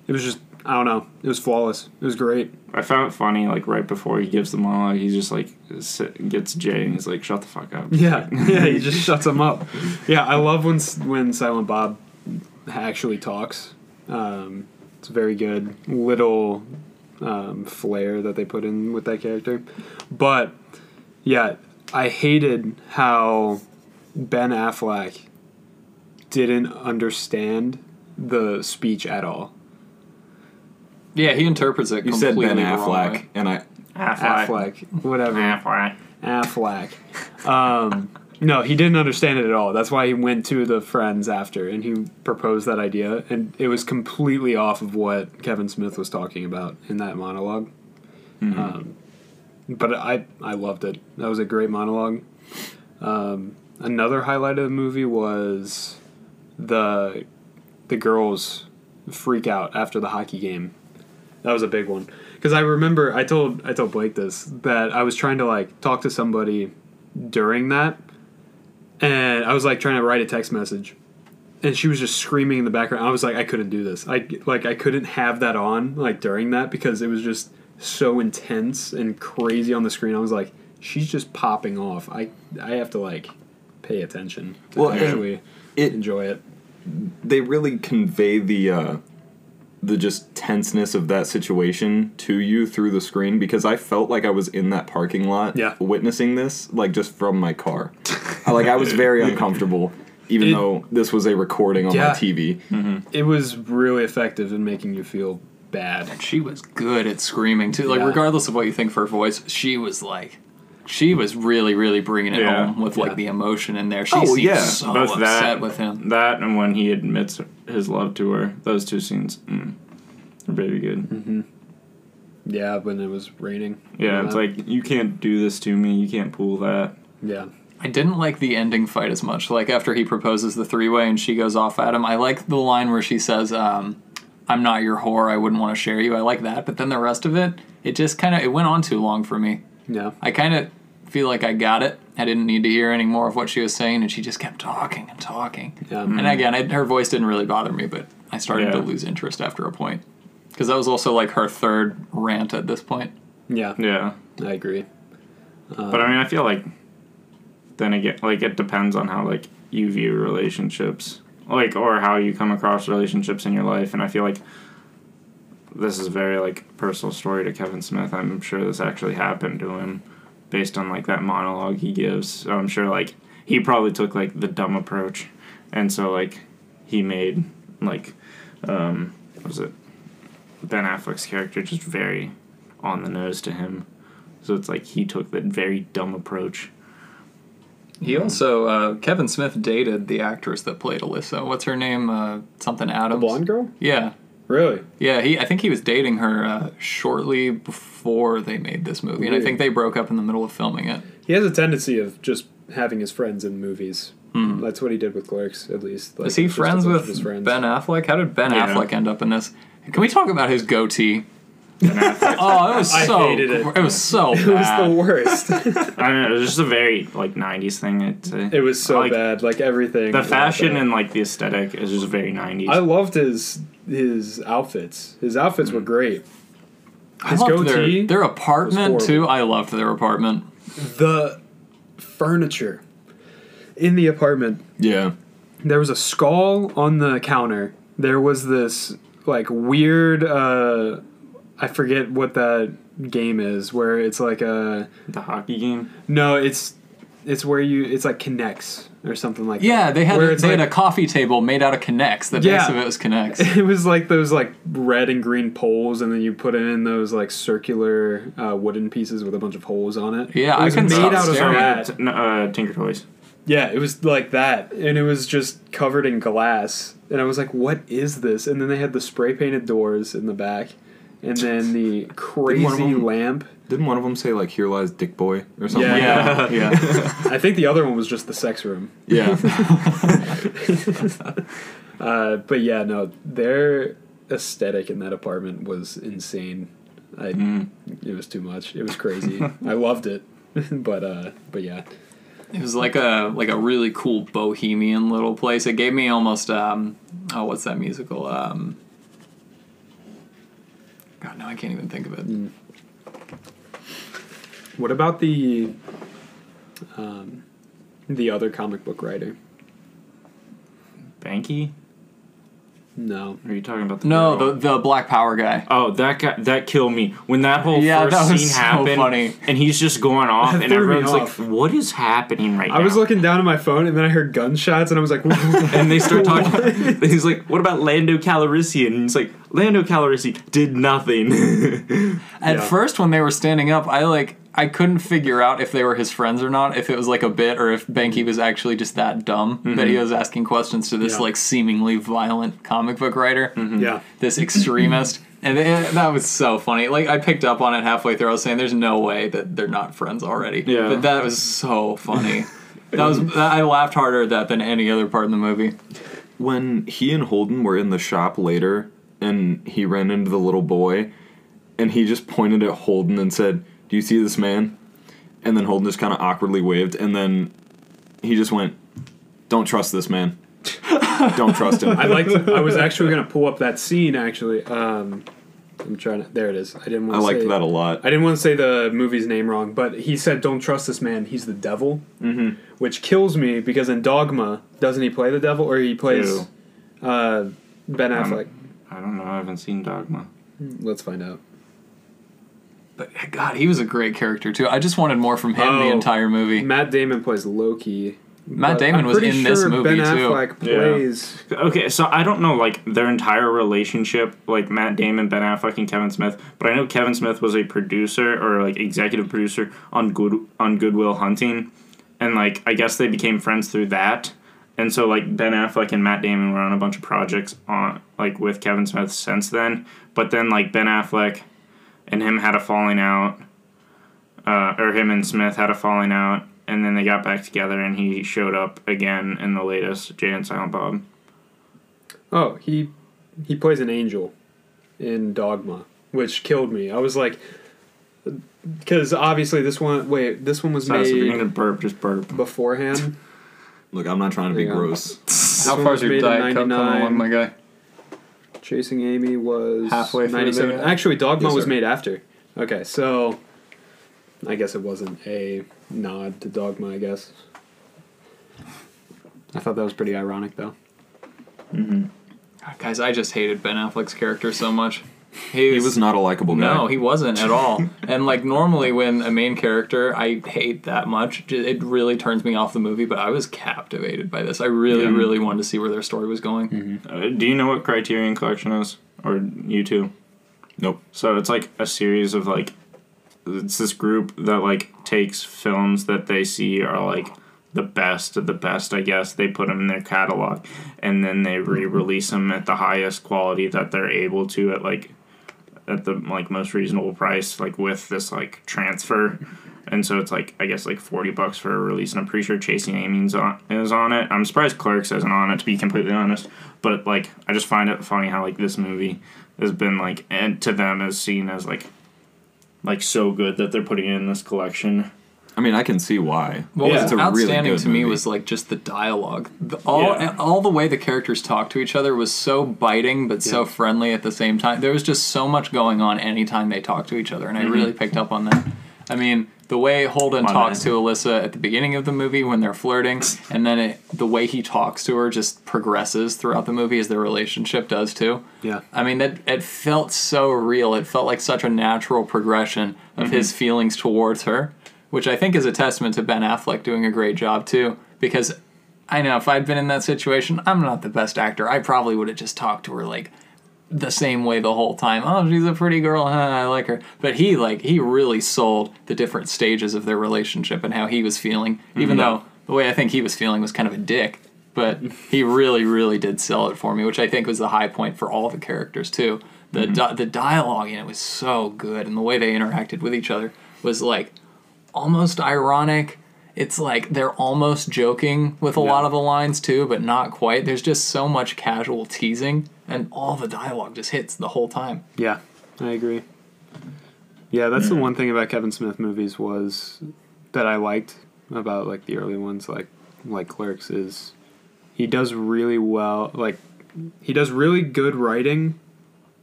Speaker 2: It was just I don't know. It was flawless. It was great.
Speaker 3: I found it funny like right before he gives the monologue, he just like s gets Jay and he's like, "Shut the fuck up."
Speaker 2: Yeah, yeah. He just shuts him up. Yeah, I love when s- when Silent Bob actually talks. Um, it's a very good little um, flair that they put in with that character. But yeah, I hated how Ben Affleck didn't understand the speech at all.
Speaker 6: yeah, he interprets it.
Speaker 5: You said Ben
Speaker 6: completely wrong way.
Speaker 5: Affleck, and I
Speaker 3: Affleck.
Speaker 2: Affleck, whatever.
Speaker 3: Affleck.
Speaker 2: Affleck. Ah, Um, no, he didn't understand it at all. That's why he went to the friends after and he proposed that idea, and it was completely off of what Kevin Smith was talking about in that monolog Um, but I I loved it. That was a great monologue. Um, another highlight of the movie was the the girls freak out after the hockey game. That was a big one because I remember I told I told Blake this that I was trying to like talk to somebody during that, and I was like trying to write a text message, and she was just screaming in the background. I was like I couldn't do this. I like I couldn't have that on like during that because it was just so intense and crazy on the screen. I was like she's just popping off. I I have to like pay attention to
Speaker 5: Well, and
Speaker 2: actually
Speaker 5: it
Speaker 2: enjoy it.
Speaker 5: they really convey the uh the just tenseness of that situation to you through the screen because I felt like I was in that parking lot
Speaker 2: Yeah.
Speaker 5: witnessing this, like just from my car. I- like I was very uncomfortable, even
Speaker 2: It-
Speaker 5: though this was a recording on
Speaker 2: Yeah.
Speaker 5: my TV.
Speaker 2: It was really effective in making you feel bad.
Speaker 6: She was good at screaming too. Like
Speaker 2: Yeah.
Speaker 6: regardless of what you think of her voice, she was like, she was really, really bringing it
Speaker 3: Yeah.
Speaker 6: home with
Speaker 2: Yeah.
Speaker 6: like the emotion in there. She
Speaker 5: Oh,
Speaker 6: seemed
Speaker 5: yeah.
Speaker 6: so
Speaker 3: Both
Speaker 6: upset
Speaker 3: that
Speaker 6: with him.
Speaker 3: That and when he admits his love to her. Those two scenes mm, are very good.
Speaker 5: Mm.
Speaker 2: Yeah, when it was raining.
Speaker 3: Yeah, it's like you can't do this to me. You can't pull that.
Speaker 2: yeah,
Speaker 6: I didn't like the ending fight as much. Like after he proposes the three way and she goes off at him, I like the line where she says, um, "I'm not your whore. I wouldn't want to share you." I like that, but then the rest of it, it just kind of it went on too long for me.
Speaker 2: yeah.
Speaker 6: I kind of feel like I got it. I didn't need to hear any more of what she was saying, and she just kept talking and talking.
Speaker 2: Yeah.
Speaker 6: And again, I, her voice didn't really bother me, but I started
Speaker 3: Yeah.
Speaker 6: to lose interest after a point because that was also like her third rant at this point.
Speaker 2: yeah,
Speaker 3: Yeah,
Speaker 2: I agree.
Speaker 3: but I mean, I feel like then again, like it depends on how like you view relationships, like or how you come across relationships in your life. And I feel like this is very like personal story to Kevin Smith. I'm sure this actually happened to him based on like that monologue he gives. So I'm sure like he probably took like the dumb approach, and so like he made like um, what was it Ben Affleck's character just very on the nose to him. So it's like he took that very dumb approach.
Speaker 6: He also uh, Kevin Smith dated the actress that played Alyssa. What's her name? Uh, something Adams.
Speaker 2: girl?
Speaker 6: Yeah,
Speaker 2: Really?
Speaker 6: yeah. He I think he was dating her uh, shortly before they made this movie, and I
Speaker 2: Weird.
Speaker 6: think they broke up in the middle of filming it.
Speaker 2: He has a tendency of just having his friends in movies. That's what he did with Clerks, at least. Like,
Speaker 6: Hmm. Is he
Speaker 2: just a
Speaker 6: friends
Speaker 2: bunch
Speaker 6: with
Speaker 2: of his friends.
Speaker 6: Ben Affleck? How did Ben
Speaker 3: Yeah.
Speaker 6: Affleck end up in this? Can we talk about his goatee?
Speaker 3: And I,
Speaker 6: Oh, it was
Speaker 2: I
Speaker 6: so
Speaker 2: hated it.
Speaker 6: gr- was so
Speaker 2: It was
Speaker 6: bad.
Speaker 2: the worst.
Speaker 3: I don't know. It was just a very like '90s thing. I'd say
Speaker 2: it was so
Speaker 3: like,
Speaker 2: bad. Like everything.
Speaker 3: The
Speaker 2: about
Speaker 3: fashion
Speaker 2: that.
Speaker 3: and like the aesthetic is just very '90s.
Speaker 2: I loved his his outfits. His outfits were great. His
Speaker 6: Hmm. I loved
Speaker 2: goatee.
Speaker 6: their, their apartment
Speaker 2: was horrible.
Speaker 6: too. I loved their apartment.
Speaker 2: the furniture in the apartment.
Speaker 5: Yeah.
Speaker 2: There was a skull on the counter. There was this like weird uh I forget what that game is where it's like a
Speaker 3: the hockey game.
Speaker 2: no, it's it's where you it's like connects or something like
Speaker 6: Yeah,
Speaker 2: that.
Speaker 6: they had
Speaker 2: where
Speaker 6: they
Speaker 2: it's
Speaker 6: had a
Speaker 2: like-
Speaker 6: coffee table made out of Connects. The base
Speaker 2: Yeah.
Speaker 6: of it was Connects.
Speaker 2: it was like those like red and green poles and then you put in those like circular uh, wooden pieces with a bunch of holes on it.
Speaker 6: Yeah,
Speaker 2: it
Speaker 6: I
Speaker 2: was
Speaker 6: couldn't
Speaker 2: made
Speaker 6: stop
Speaker 2: out of
Speaker 6: staring
Speaker 2: that.
Speaker 3: T- no, uh, Tinker Toys.
Speaker 2: Yeah, it was like that, and it was just covered in glass. And I was like, "What is this?" And then they had the spray painted doors in the back, and then the crazy
Speaker 5: them-
Speaker 2: lamp.
Speaker 5: Didn't one of them say like "Here lies Dick Boy" or something?
Speaker 2: Yeah.
Speaker 5: like that?
Speaker 6: Yeah, yeah.
Speaker 2: I think the other one was just the sex room.
Speaker 5: yeah.
Speaker 2: Uh, but yeah, no, their aesthetic in that apartment was insane. I, it was too much. It was crazy. I loved it, but uh, but yeah,
Speaker 6: it was like a like a really cool bohemian little place. It gave me almost um oh what's that musical um God no I can't even think of it.
Speaker 2: Mm, What about the um, the other comic book writer?
Speaker 3: Banky?
Speaker 2: No.
Speaker 3: Are you talking about the
Speaker 6: No,
Speaker 3: girl?
Speaker 6: the the Black Power guy.
Speaker 3: Oh, that guy, that killed me when that whole
Speaker 6: Yeah,
Speaker 3: first
Speaker 6: that was
Speaker 3: scene
Speaker 6: so
Speaker 3: happened,
Speaker 6: funny.
Speaker 3: and he's just going off,
Speaker 2: That
Speaker 3: and
Speaker 2: threw me
Speaker 3: everyone's like,
Speaker 2: off.
Speaker 3: "What is happening right now?"
Speaker 2: I was looking down at my phone and then I heard gunshots and I was like,
Speaker 3: and they start talking. he's like, "What about Lando Calrissian?" And he's like, "Lando Calrissian did nothing."
Speaker 6: At
Speaker 2: Yeah.
Speaker 6: first, when they were standing up, I like I couldn't figure out if they were his friends or not, if it was like a bit, or if Banky was actually just that dumb that he was asking questions to this
Speaker 2: Mm-hmm. Yeah. Mm-hmm.
Speaker 6: like seemingly violent comic book writer,
Speaker 2: yeah.
Speaker 6: this extremist, and it, that was so funny. Like I picked up on it halfway through. I was saying, "There's no way that they're not friends already."
Speaker 3: Yeah.
Speaker 6: but that was so funny. that was I laughed harder at that than any other part in the movie.
Speaker 5: when he and Holden were in the shop later, and he ran into the little boy, and he just pointed at Holden and said, "Do you see this man?" And then Holden just kind of awkwardly waved, and then he just went, "Don't trust this man. Don't trust him."
Speaker 2: I liked. I was actually gonna pull up that scene. Actually, um, I'm trying to. There it is. I didn't.
Speaker 5: I
Speaker 2: Want to
Speaker 5: liked
Speaker 2: say,
Speaker 5: that a lot.
Speaker 2: I didn't want to say the movie's name wrong, but he said, "Don't trust this man. He's the devil," mm-hmm. which kills me because in Dogma, doesn't he play the devil or he plays
Speaker 3: Ew.
Speaker 5: Um,
Speaker 2: uh, Ben Affleck?
Speaker 3: I don't know. I haven't seen Dogma.
Speaker 5: Let's find out.
Speaker 6: But God, he was a great character too. I just wanted more from him the
Speaker 2: Oh.
Speaker 6: entire movie.
Speaker 2: Matt Damon plays Loki.
Speaker 6: Matt
Speaker 2: but
Speaker 6: Damon
Speaker 2: I'm
Speaker 6: was
Speaker 2: pretty
Speaker 6: in this
Speaker 2: sure
Speaker 6: movie,
Speaker 2: Ben
Speaker 6: too.
Speaker 2: Affleck
Speaker 3: Yeah.
Speaker 2: plays.
Speaker 3: Okay, so I don't know like their entire relationship, like Matt Damon, Ben Affleck, and Kevin Smith. But I know Kevin Smith was a producer or like executive producer on Good on Goodwill Hunting, and like I guess they became friends through that. And so like Ben Affleck and Matt Damon were on a bunch of projects on like with Kevin Smith since then. But then like Ben Affleck and him had a falling out, uh, or him and Smith had a falling out, and then they got back together, and he showed up again in the latest Jay and Silent Bob.
Speaker 2: Oh, he he plays an angel in Dogma, which killed me. I was like, because obviously this one. Wait, this one was
Speaker 3: So if you're
Speaker 2: made
Speaker 3: gonna burp, just burp.
Speaker 2: beforehand.
Speaker 5: Look, I'm not trying to be
Speaker 2: Yeah.
Speaker 5: gross.
Speaker 6: How
Speaker 2: one
Speaker 6: far
Speaker 2: was
Speaker 6: is your
Speaker 2: made in
Speaker 6: diet coke coming
Speaker 2: 99.
Speaker 6: along, my guy?
Speaker 2: Chasing Amy was
Speaker 6: Halfway through
Speaker 2: 97.
Speaker 6: there.
Speaker 2: Actually, Dogma
Speaker 5: Yes,
Speaker 2: was
Speaker 5: sir.
Speaker 2: made after. Okay, so I guess it wasn't a nod to Dogma. I guess. I thought that was pretty ironic, though.
Speaker 6: God, Ah, guys, I just hated Ben Affleck's character so much. He
Speaker 5: He was not a likable guy.
Speaker 6: No, he wasn't at all. and like normally, when a main character I hate that much, j- it really turns me off the movie. But I was captivated by this. I really, really wanted to see where their story was going.
Speaker 3: Uh, do you know what Criterion Collection is, or you two?
Speaker 5: Nope.
Speaker 3: So it's like a series of like, it's this group that like takes films that they see are like the best of the best. I guess they put them in their catalog, and then they re-release them at the highest quality that they're able to at like, at the like most reasonable price, like with this like transfer. And so it's like I guess like forty bucks for a release, and I'm pretty sure Chasing Amy's on is on it. I'm surprised Clerks isn't on it to be completely honest, but like I just find it funny how like this movie has been like and to them is seen as like like so good that they're putting it in this collection.
Speaker 5: I mean, I can see why.
Speaker 6: What
Speaker 5: It's
Speaker 6: was
Speaker 5: a really
Speaker 6: outstanding
Speaker 5: good
Speaker 6: to me
Speaker 5: movie.
Speaker 6: was like just the dialogue. The, all
Speaker 3: Yeah.
Speaker 6: all the way the characters talked to each other was so biting but so friendly at the same time. There was just so much going on anytime they talked to each other, and I really picked up on that. I mean, the way Holden
Speaker 3: Wow,
Speaker 6: talks
Speaker 3: man.
Speaker 6: to Alyssa at the beginning of the movie when they're flirting, and then it, the way he talks to her just progresses throughout the movie as their relationship does too.
Speaker 2: Yeah.
Speaker 6: I mean that it felt so real. It felt like such a natural progression of his feelings towards her, which I think is a testament to Ben Affleck doing a great job too. Because I know if I'd been in that situation, I'm not the best actor. I probably would have just talked to her like the same way the whole time. Oh, she's a pretty girl. Huh, I like her. But he like he really sold the different stages of their relationship and how he was feeling, even though the way I think he was feeling was kind of a dick. But he really, really did sell it for me, which I think was the high point for all the characters too. The di- the dialogue in it was so good, and the way they interacted with each other was like almost ironic. It's like they're almost joking with a lot of the lines too, but not quite. There's just so much casual teasing, and all the dialogue just hits the whole time.
Speaker 2: Yeah, I agree. Yeah, that's the one thing about Kevin Smith movies was that I liked about like the early ones, like like Clerks, is he does really well. Like he does really good writing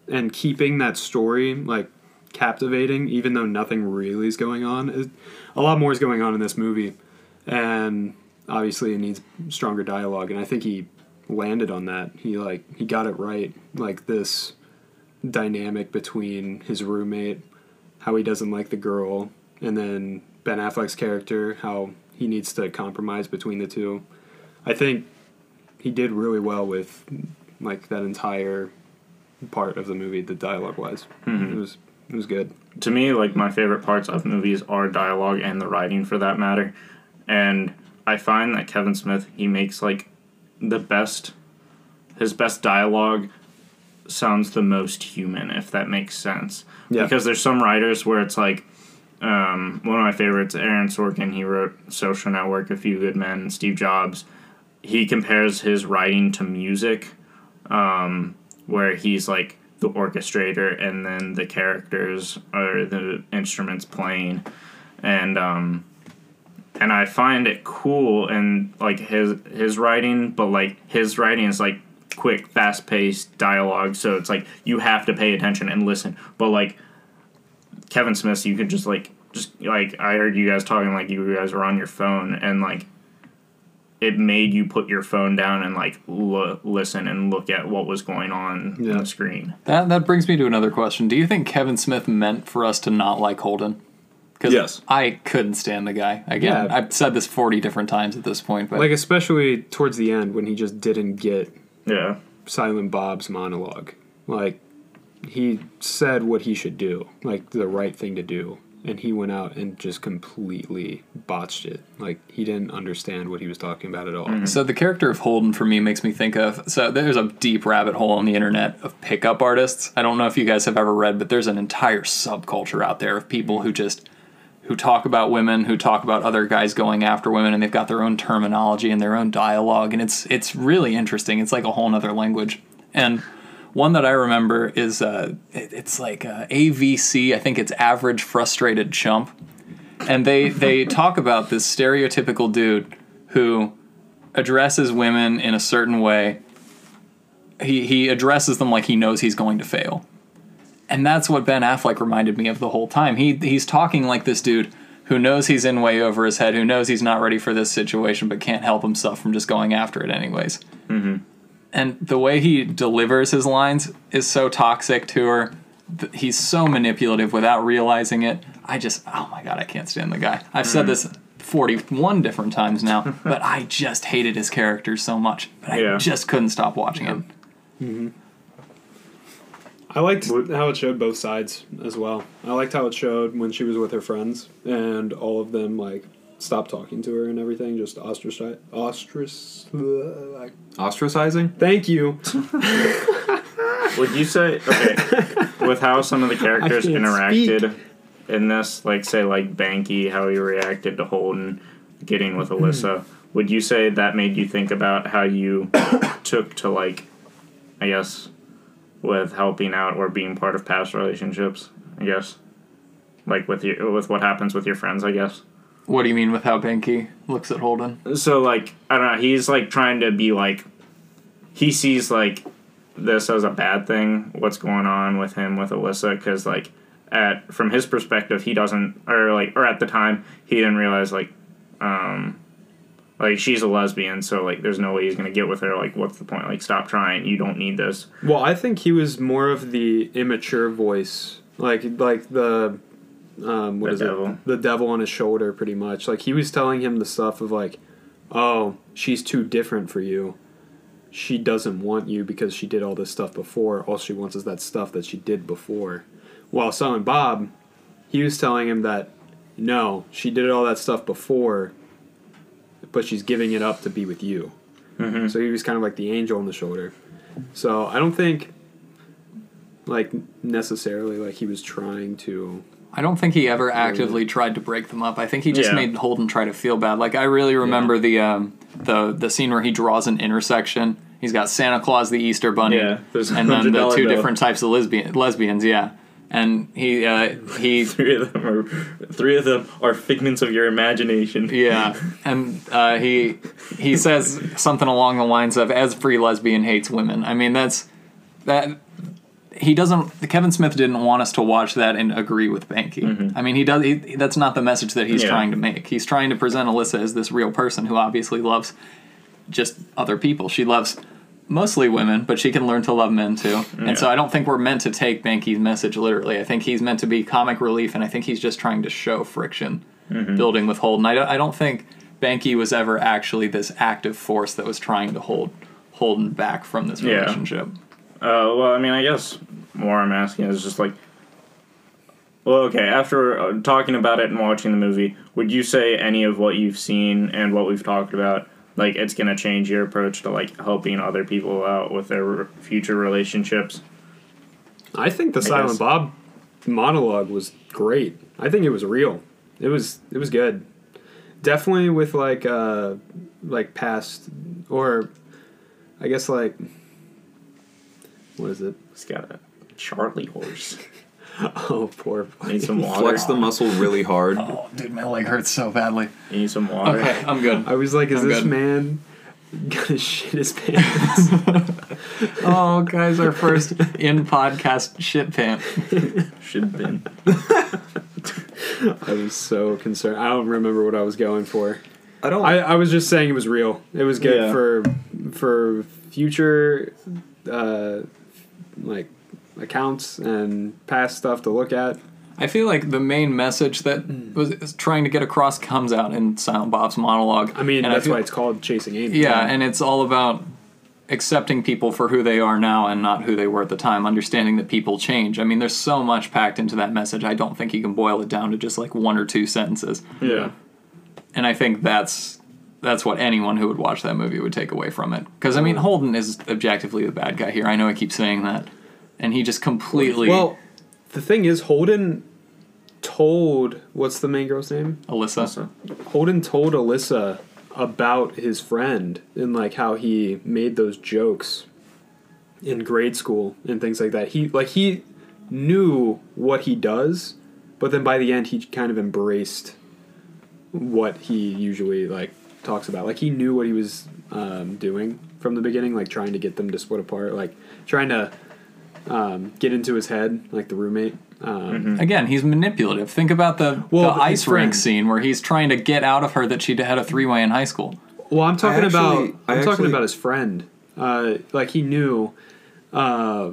Speaker 2: and keeping that story like captivating, even though nothing really is going on. It- A lot more is going on in this movie, and obviously it needs stronger dialogue. And I think he landed on that. He like he got it right. Like this dynamic between his roommate, how he doesn't like the girl, and then Ben Affleck's character, how he needs to compromise between the two. I think he did really well with like that entire part of the movie, the dialogue wise. It was it was good.
Speaker 3: To me, like my favorite parts of movies are dialogue and the writing for that matter. And I find that Kevin Smith he makes like the best his best dialogue sounds the most human if that makes sense.
Speaker 2: Yeah.
Speaker 3: Because there's some writers where it's like um, one of my favorites, Aaron Sorkin, he wrote Social Network, A Few Good Men, Steve Jobs. He compares his writing to music, um, where he's like the orchestrator and then the characters or the instruments playing. And, um, and I find it cool and like his his writing, but like his writing is like quick, fast paced dialogue, so it's like you have to pay attention and listen. But like Kevin Smith, you could just like just like I heard you guys talking like you guys were on your phone and like it made you put your phone down and like lo- listen and look at what was going on
Speaker 2: Yeah.
Speaker 3: on the screen.
Speaker 6: That that brings me to another question. Do you think Kevin Smith meant for us to not like Holden? Because
Speaker 5: Yes.
Speaker 6: I couldn't stand the guy. Again,
Speaker 2: Yeah.
Speaker 6: I've said this forty different times at this point, but
Speaker 2: Like especially towards the end when he just didn't get
Speaker 3: Yeah.
Speaker 2: Silent Bob's monologue. Like he said what he should do, like the right thing to do, and he went out and just completely botched it. Like he didn't understand what he was talking about at all.
Speaker 6: So the character of Holden for me makes me think of so there's a deep rabbit hole on the internet of pickup artists. I don't know if you guys have ever read, but there's an entire subculture out there of people who just who talk about women, who talk about other guys going after women, and they've got their own terminology and their own dialogue, and it's it's really interesting. It's like a whole nother language. And one that I remember is uh, it- it's like uh, AVC. I think it's average frustrated chump, and they they talk about this stereotypical dude who addresses women in a certain way. He he addresses them like he knows he's going to fail. And that's what Ben Affleck reminded me of the whole time. He he's talking like this dude who knows he's in way over his head, who knows he's not ready for this situation, but can't help himself from just going after it anyways. Mm-hmm. And the way he delivers his lines is so toxic to her. Th- He's so manipulative without realizing it. I just, oh my god, I can't stand the guy. I've said this 41 different times now, but I just hated his character so much. But I
Speaker 3: Yeah.
Speaker 6: just couldn't stop watching him.
Speaker 2: I liked how it showed both sides as well. I liked how it showed when she was with her friends and all of them like stopped talking to her and everything, just ostracized. Ostrac-
Speaker 5: Ostracizing?
Speaker 2: Thank you.
Speaker 3: Would you say okay with how some of the characters
Speaker 2: can't
Speaker 3: interacted in this? Like say like Banky, how he reacted to Holden getting with Alyssa. Would you say that made you think about how you took to like, I guess, with helping out or being part of past relationships? I guess, like with your with what happens with your friends. I guess.
Speaker 6: What do you mean with how Banky looks at Holden?
Speaker 3: so like I don't know, he's like trying to be like he sees like this as a bad thing what's going on with him with Alyssa cuz like at from his perspective he doesn't or like or at the time he didn't realize like um like she's a lesbian so like there's no way he's going to get with her like what's the point like stop trying you don't need this
Speaker 2: Well, I think he was more of the immature voice, like like the um, what
Speaker 3: The
Speaker 2: is
Speaker 3: devil.
Speaker 2: it? The devil on his shoulder, pretty much. Like he was telling him the stuff of like, oh, she's too different for you. She doesn't want you because she did all this stuff before. All she wants is that stuff that she did before. While Silent Bob, he was telling him that no, she did all that stuff before, but she's giving it up to be with you.
Speaker 3: Mm-hmm.
Speaker 2: So he was kind of like the angel on the shoulder. So I don't think like necessarily like he was trying to
Speaker 6: I don't think he ever actively tried to break them up. I think he just
Speaker 3: Yeah.
Speaker 6: made Holden try to feel bad. Like I really remember the um, the the scene where he draws an intersection. He's got Santa Claus, the Easter Bunny,
Speaker 7: Yeah, there's a
Speaker 6: and then the
Speaker 7: $100
Speaker 6: two
Speaker 7: bill.
Speaker 6: different types of lesbian lesbians. Yeah, and he uh, he
Speaker 7: Three of them are three of them are figments of your imagination.
Speaker 6: yeah, and uh, he he says something along the lines of "as free lesbian hates women." I mean, that's that he doesn't. Kevin Smith didn't want us to watch that and agree with Banky. I mean, he does. He, that's not the message that he's
Speaker 3: Yeah.
Speaker 6: trying to make. He's trying to present Alyssa as this real person who obviously loves just other people. She loves mostly women, but she can learn to love men too. And so I don't think we're meant to take Banky's message literally. I think he's meant to be comic relief, and I think he's just trying to show friction building with Holden. I don't, I don't think Banky was ever actually this active force that was trying to hold Holden back from this
Speaker 3: Yeah.
Speaker 6: relationship.
Speaker 3: Uh, well, I mean, I guess more I'm asking is just like, well, okay. After uh, talking about it and watching the movie, would you say any of what you've seen and what we've talked about, like, it's gonna change your approach to like helping other people out with their re- future relationships?
Speaker 2: I think the Silent
Speaker 3: guess.
Speaker 2: Bob monologue was great. I think it was real. It was it was good. Definitely with like uh like past or I guess like what is it?
Speaker 3: It's got a Charlie horse.
Speaker 2: Oh poor
Speaker 3: Need some water.
Speaker 5: Flex the muscle really hard.
Speaker 6: Oh, dude, my leg hurts so badly.
Speaker 3: You Need some water.
Speaker 6: Okay, I'm good.
Speaker 2: I was like, is
Speaker 6: I'm
Speaker 2: this
Speaker 6: good.
Speaker 2: man gonna shit his pants?
Speaker 6: Oh, guys, our first in podcast shit pant.
Speaker 3: Should have been.
Speaker 2: I was so concerned. I don't remember what I was going for.
Speaker 5: I don't.
Speaker 2: I, I was just saying it was real. It was good
Speaker 5: Yeah.
Speaker 2: for for future uh, like accounts and past stuff to look at.
Speaker 6: I feel like the main message that was is trying to get across comes out in Silent Bob's monologue.
Speaker 2: I mean,
Speaker 6: And
Speaker 2: that's
Speaker 6: feel-
Speaker 2: why it's called chasing Amy.
Speaker 6: Yeah, and it's all about accepting people for who they are now and not who they were at the time, understanding that people change. I mean, there's so much packed into that message. I don't think you can boil it down to just like one or two sentences.
Speaker 3: Yeah.
Speaker 6: And I think that's that's what anyone who would watch that movie would take away from it. Cuz I mean, Holden is objectively the bad guy here. I know I keep saying that. And he just completely
Speaker 2: Well, the thing is, Holden told what's the main girl's name?
Speaker 6: Alyssa.
Speaker 2: Holden told Alyssa about his friend and like how he made those jokes in grade school and things like that. He like he knew what he does, but then by the end he kind of embraced what he usually like talks about. Like he knew what he was um, doing from the beginning, like trying to get them to split apart, like trying to um, get into his head, like the roommate. Um,
Speaker 6: Mm. Again, he's manipulative. Think about the,
Speaker 2: Well, but
Speaker 6: the
Speaker 2: his
Speaker 6: ice rink
Speaker 2: friend-
Speaker 6: scene where he's trying to get out of her that she had a three-way in high school.
Speaker 2: Well, I'm talking
Speaker 5: I
Speaker 2: about
Speaker 5: actually-
Speaker 2: I'm
Speaker 5: I
Speaker 2: talking
Speaker 5: actually-
Speaker 2: about his friend. Uh, like he knew uh,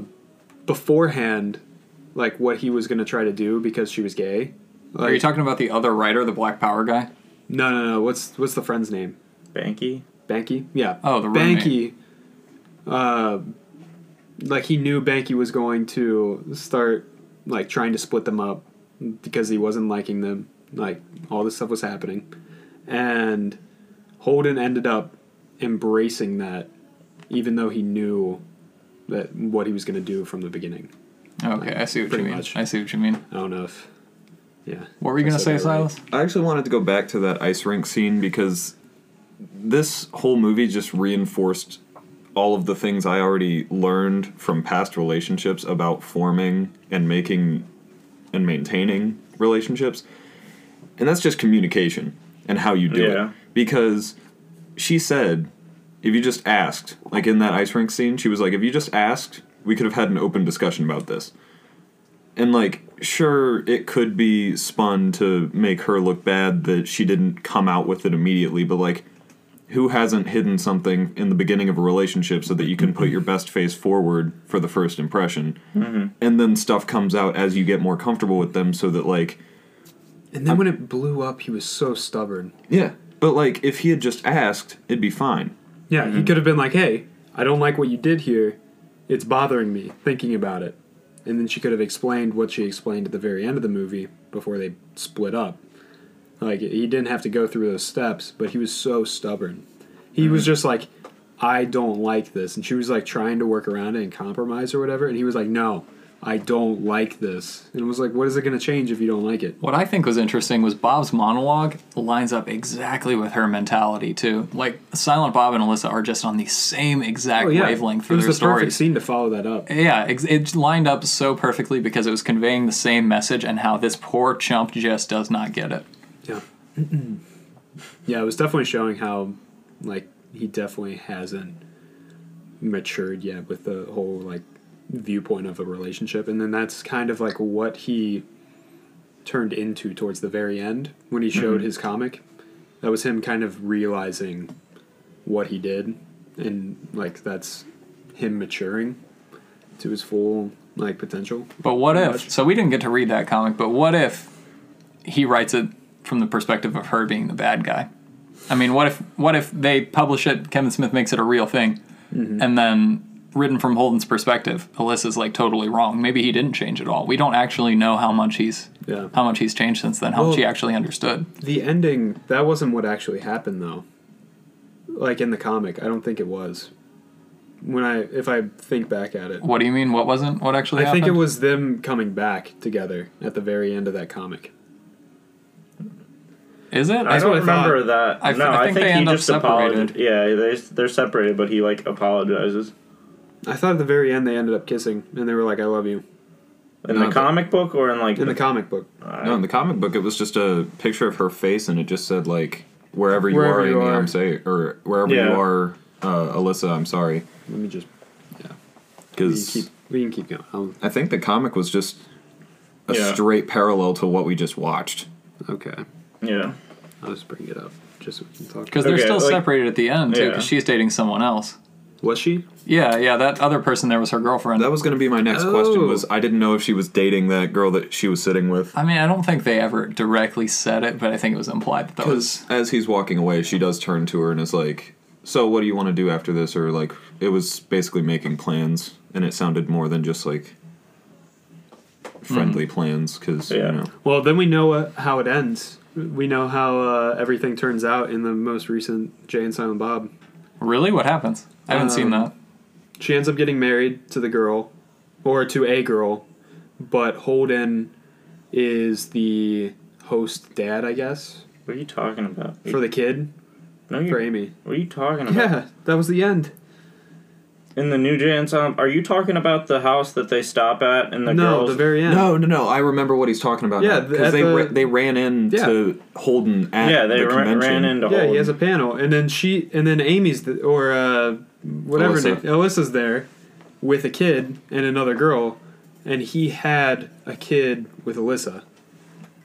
Speaker 2: beforehand, like what he was going to try to do because she was gay.
Speaker 6: Are you
Speaker 2: Like-
Speaker 6: talking about the other writer, the Black Power guy?
Speaker 2: No, no, no. What's what's the friend's name?
Speaker 3: Banky.
Speaker 2: Banky. Yeah.
Speaker 6: Oh, the
Speaker 2: Banky. Uh, like he knew Banky was going to start like trying to split them up because he wasn't liking them. Like all this stuff was happening, and Holden ended up embracing that, even though he knew that what he was going to do from the beginning.
Speaker 6: Okay, I see what
Speaker 2: Pretty
Speaker 6: you mean.
Speaker 2: much.
Speaker 6: I see what you mean.
Speaker 2: I don't know if, yeah.
Speaker 6: What were you
Speaker 2: I
Speaker 6: gonna
Speaker 2: said
Speaker 6: say,
Speaker 2: that right.
Speaker 6: Silas?
Speaker 5: I actually wanted to go back to that ice rink scene because this whole movie just reinforced all of the things I already learned from past relationships about forming and making and maintaining relationships. And that's just communication and how you do
Speaker 3: Yeah.
Speaker 5: it. Because she said, if you just asked, like in that ice rink scene, she was like, if you just asked, we could have had an open discussion about this. And like, sure, it could be spun to make her look bad that she didn't come out with it immediately, but like, who hasn't hidden something in the beginning of a relationship so that you can put your best face forward for the first impression?
Speaker 2: Mm-hmm.
Speaker 5: And then stuff comes out as you get more comfortable with them so that, like,
Speaker 2: And then when it blew up, he was so stubborn.
Speaker 5: yeah. But like, if he had just asked, it'd be fine.
Speaker 2: Yeah,
Speaker 6: Mm-hmm.
Speaker 2: he could have been like, "Hey, I don't like what you did here. It's bothering me thinking about it." And then she could have explained what she explained at the very end of the movie before they split up. Like he didn't have to go through those steps, but he was so stubborn. He
Speaker 6: Mm-hmm.
Speaker 2: was just like, "I don't like this." And she was like trying to work around it and compromise or whatever, and he was like, "No, I don't like this." And it was like, "What is it going to change if you don't like it?"
Speaker 6: What I think was interesting was Bob's monologue lines up exactly with her mentality too. Like Silent Bob and Alyssa are just on the same exact wavelength for
Speaker 2: Oh, it was
Speaker 6: their
Speaker 2: the perfect
Speaker 6: stories.
Speaker 2: scene to follow that up.
Speaker 6: Yeah, ex- it lined up so perfectly because it was conveying the same message and how this poor chump just does not get it.
Speaker 2: Yeah. yeah, it was definitely showing how, like, he definitely hasn't matured yet with the whole, like, viewpoint of a relationship. And then that's kind of, like, what he turned into towards the very end when he showed his comic. That was him kind of realizing what he did. And, like, that's him maturing to his full, like, potential.
Speaker 6: But what if?
Speaker 2: much.
Speaker 6: So we didn't get to read that comic, but what if he writes it from the perspective of her being the bad guy? I mean, what if what if they publish it, Kevin Smith makes it a real thing,
Speaker 2: Mm-hmm.
Speaker 6: and then written from Holden's perspective, Alyssa's like totally wrong. Maybe he didn't change at all. We don't actually know how much he's
Speaker 2: Yeah.
Speaker 6: how much he's changed since then, how
Speaker 2: Well-
Speaker 6: much he actually understood.
Speaker 2: The ending, that wasn't what actually happened though. Like in the comic, I don't think it was. When I if I think back at it.
Speaker 6: What do you mean? What wasn't? What actually
Speaker 2: I think it
Speaker 6: happened?
Speaker 2: was them coming back together at the very end of that comic.
Speaker 6: Is it?
Speaker 3: I
Speaker 6: I-
Speaker 2: That's
Speaker 3: don't
Speaker 2: what I thought.
Speaker 3: remember that.
Speaker 6: I f-
Speaker 3: no,
Speaker 6: I
Speaker 3: I
Speaker 6: think
Speaker 3: think,
Speaker 6: they
Speaker 3: he
Speaker 6: end up
Speaker 3: just
Speaker 6: separated.
Speaker 3: apologized. Yeah, they, they're separated, but he like apologizes.
Speaker 2: I thought at the very end they ended up kissing and they were like, I love you.
Speaker 3: In
Speaker 5: No,
Speaker 3: the
Speaker 5: but-
Speaker 3: comic book or in like
Speaker 2: In the comic book.
Speaker 5: No, in the comic book, it was just a picture of her face, and it just said like wherever you
Speaker 2: Wherever
Speaker 5: are
Speaker 2: you
Speaker 5: in the
Speaker 2: are.
Speaker 5: I'm say or wherever
Speaker 3: Yeah.
Speaker 5: you are, uh, Alyssa. I'm sorry,
Speaker 2: Let me just we can keep
Speaker 5: because
Speaker 2: we can keep going. I'll,
Speaker 5: I think the comic was just a
Speaker 3: Yeah.
Speaker 5: straight parallel to what we just watched.
Speaker 2: okay.
Speaker 3: yeah.
Speaker 2: I'll just bring it up. just so we can talk.
Speaker 6: because they're
Speaker 3: Okay,
Speaker 6: still
Speaker 3: like-
Speaker 6: separated at the end too.
Speaker 3: Yeah.
Speaker 6: Because she's dating someone else.
Speaker 2: Was she?
Speaker 6: Yeah, yeah. That other person there was her girlfriend.
Speaker 5: That was going to be my next question.
Speaker 2: Oh.
Speaker 5: Was I didn't know if she was dating that girl that she was sitting with.
Speaker 6: I mean, I don't think they ever directly said it, but I think it was implied that that was.
Speaker 5: Because as he's walking away, she does turn to her and is like, "So what do you want to do after this?" Or like, it was basically making plans, and it sounded more than just like
Speaker 2: Mm-hmm.
Speaker 5: friendly plans 'cause plans because
Speaker 3: Yeah.
Speaker 5: you know
Speaker 2: Well, then we know uh, how it ends. We know how uh, everything turns out in the most recent Jay and Silent Bob.
Speaker 6: Really? What happens? I haven't seen that.
Speaker 2: She ends up getting married to the girl, or to a girl, but Holden is the host dad, I guess,
Speaker 3: What are you talking about?
Speaker 2: for the kid,
Speaker 3: no,
Speaker 2: for
Speaker 3: you,
Speaker 2: Amy.
Speaker 3: what are you talking about?
Speaker 2: Yeah, that was the end.
Speaker 3: In the New Jans, um, are you talking about the house that they stop at and the
Speaker 2: no,
Speaker 3: girls?
Speaker 2: the very end.
Speaker 5: No, no, no. I remember what he's talking about.
Speaker 2: Yeah,
Speaker 5: Yeah,
Speaker 2: at
Speaker 5: because they
Speaker 2: the-
Speaker 5: ra- they ran in
Speaker 2: Yeah.
Speaker 5: to Holden at
Speaker 3: yeah, they
Speaker 5: the
Speaker 3: ran,
Speaker 5: convention.
Speaker 3: ran into.
Speaker 2: Yeah, he
Speaker 3: Holden.
Speaker 2: has a panel, and then she, and then Amy's the, or uh, whatever
Speaker 5: Alyssa.
Speaker 2: Nick- Alyssa's there with a kid and another girl, and he had a kid with Alyssa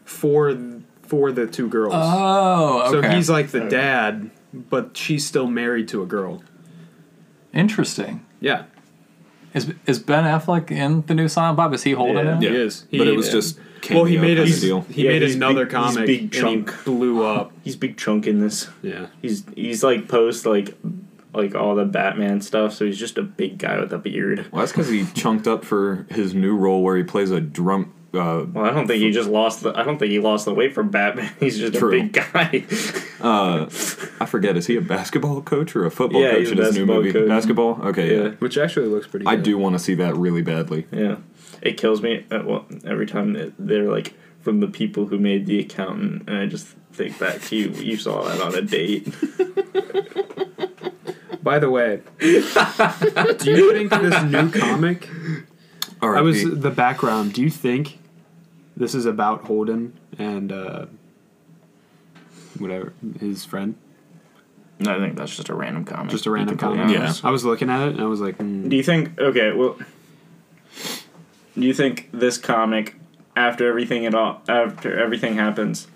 Speaker 2: for for the two girls.
Speaker 6: Oh,
Speaker 2: So
Speaker 6: okay.
Speaker 2: he's like the dad, but she's still married to a girl.
Speaker 6: Interesting.
Speaker 2: Yeah,
Speaker 6: Is is Ben Affleck in the new Silent Bob? Is he holding
Speaker 3: Yeah.
Speaker 6: it?
Speaker 5: Yeah.
Speaker 2: he is.
Speaker 5: but
Speaker 2: He-
Speaker 5: it was just
Speaker 2: well, he
Speaker 5: cameo
Speaker 2: made
Speaker 5: kind
Speaker 2: his
Speaker 5: of deal.
Speaker 2: he
Speaker 3: Yeah,
Speaker 2: made
Speaker 3: he's
Speaker 2: another
Speaker 3: big- he's
Speaker 2: comic
Speaker 3: big
Speaker 2: and
Speaker 3: chunk.
Speaker 2: he blew up.
Speaker 3: He's big chunk in this.
Speaker 2: Yeah,
Speaker 3: He's he's like post like like all the Batman stuff, so he's just a big guy with a beard.
Speaker 5: Well, that's because he chunked up for his new role where he plays a drunk. Uh,
Speaker 3: Well, I don't think he just lost the. I don't think he lost the weight for Batman. He's just
Speaker 5: True.
Speaker 3: a big guy.
Speaker 5: uh, I forget. Is he a basketball coach or a football
Speaker 3: Yeah,
Speaker 5: coach
Speaker 3: he's a
Speaker 5: in his new
Speaker 3: basketball
Speaker 5: movie?
Speaker 3: coach.
Speaker 5: Basketball. Okay. Yeah.
Speaker 3: Yeah.
Speaker 2: which actually looks pretty.
Speaker 5: I
Speaker 2: good.
Speaker 5: do want to see that really badly.
Speaker 3: yeah, it kills me. uh, well, every time that they're like from the people who made the accountant, and I just think back to you. You saw that on a date.
Speaker 2: By the way, do you think this new comic?
Speaker 5: All right.
Speaker 2: I was uh, the background. Do you think this is about Holden and uh, whatever his friend?
Speaker 3: No, I think that's just a random comment.
Speaker 2: Just a random comic.
Speaker 5: Yeah.
Speaker 2: I was looking at it and I was like, mm,
Speaker 3: Do you think okay, well Do you think this comic after everything it all after everything happens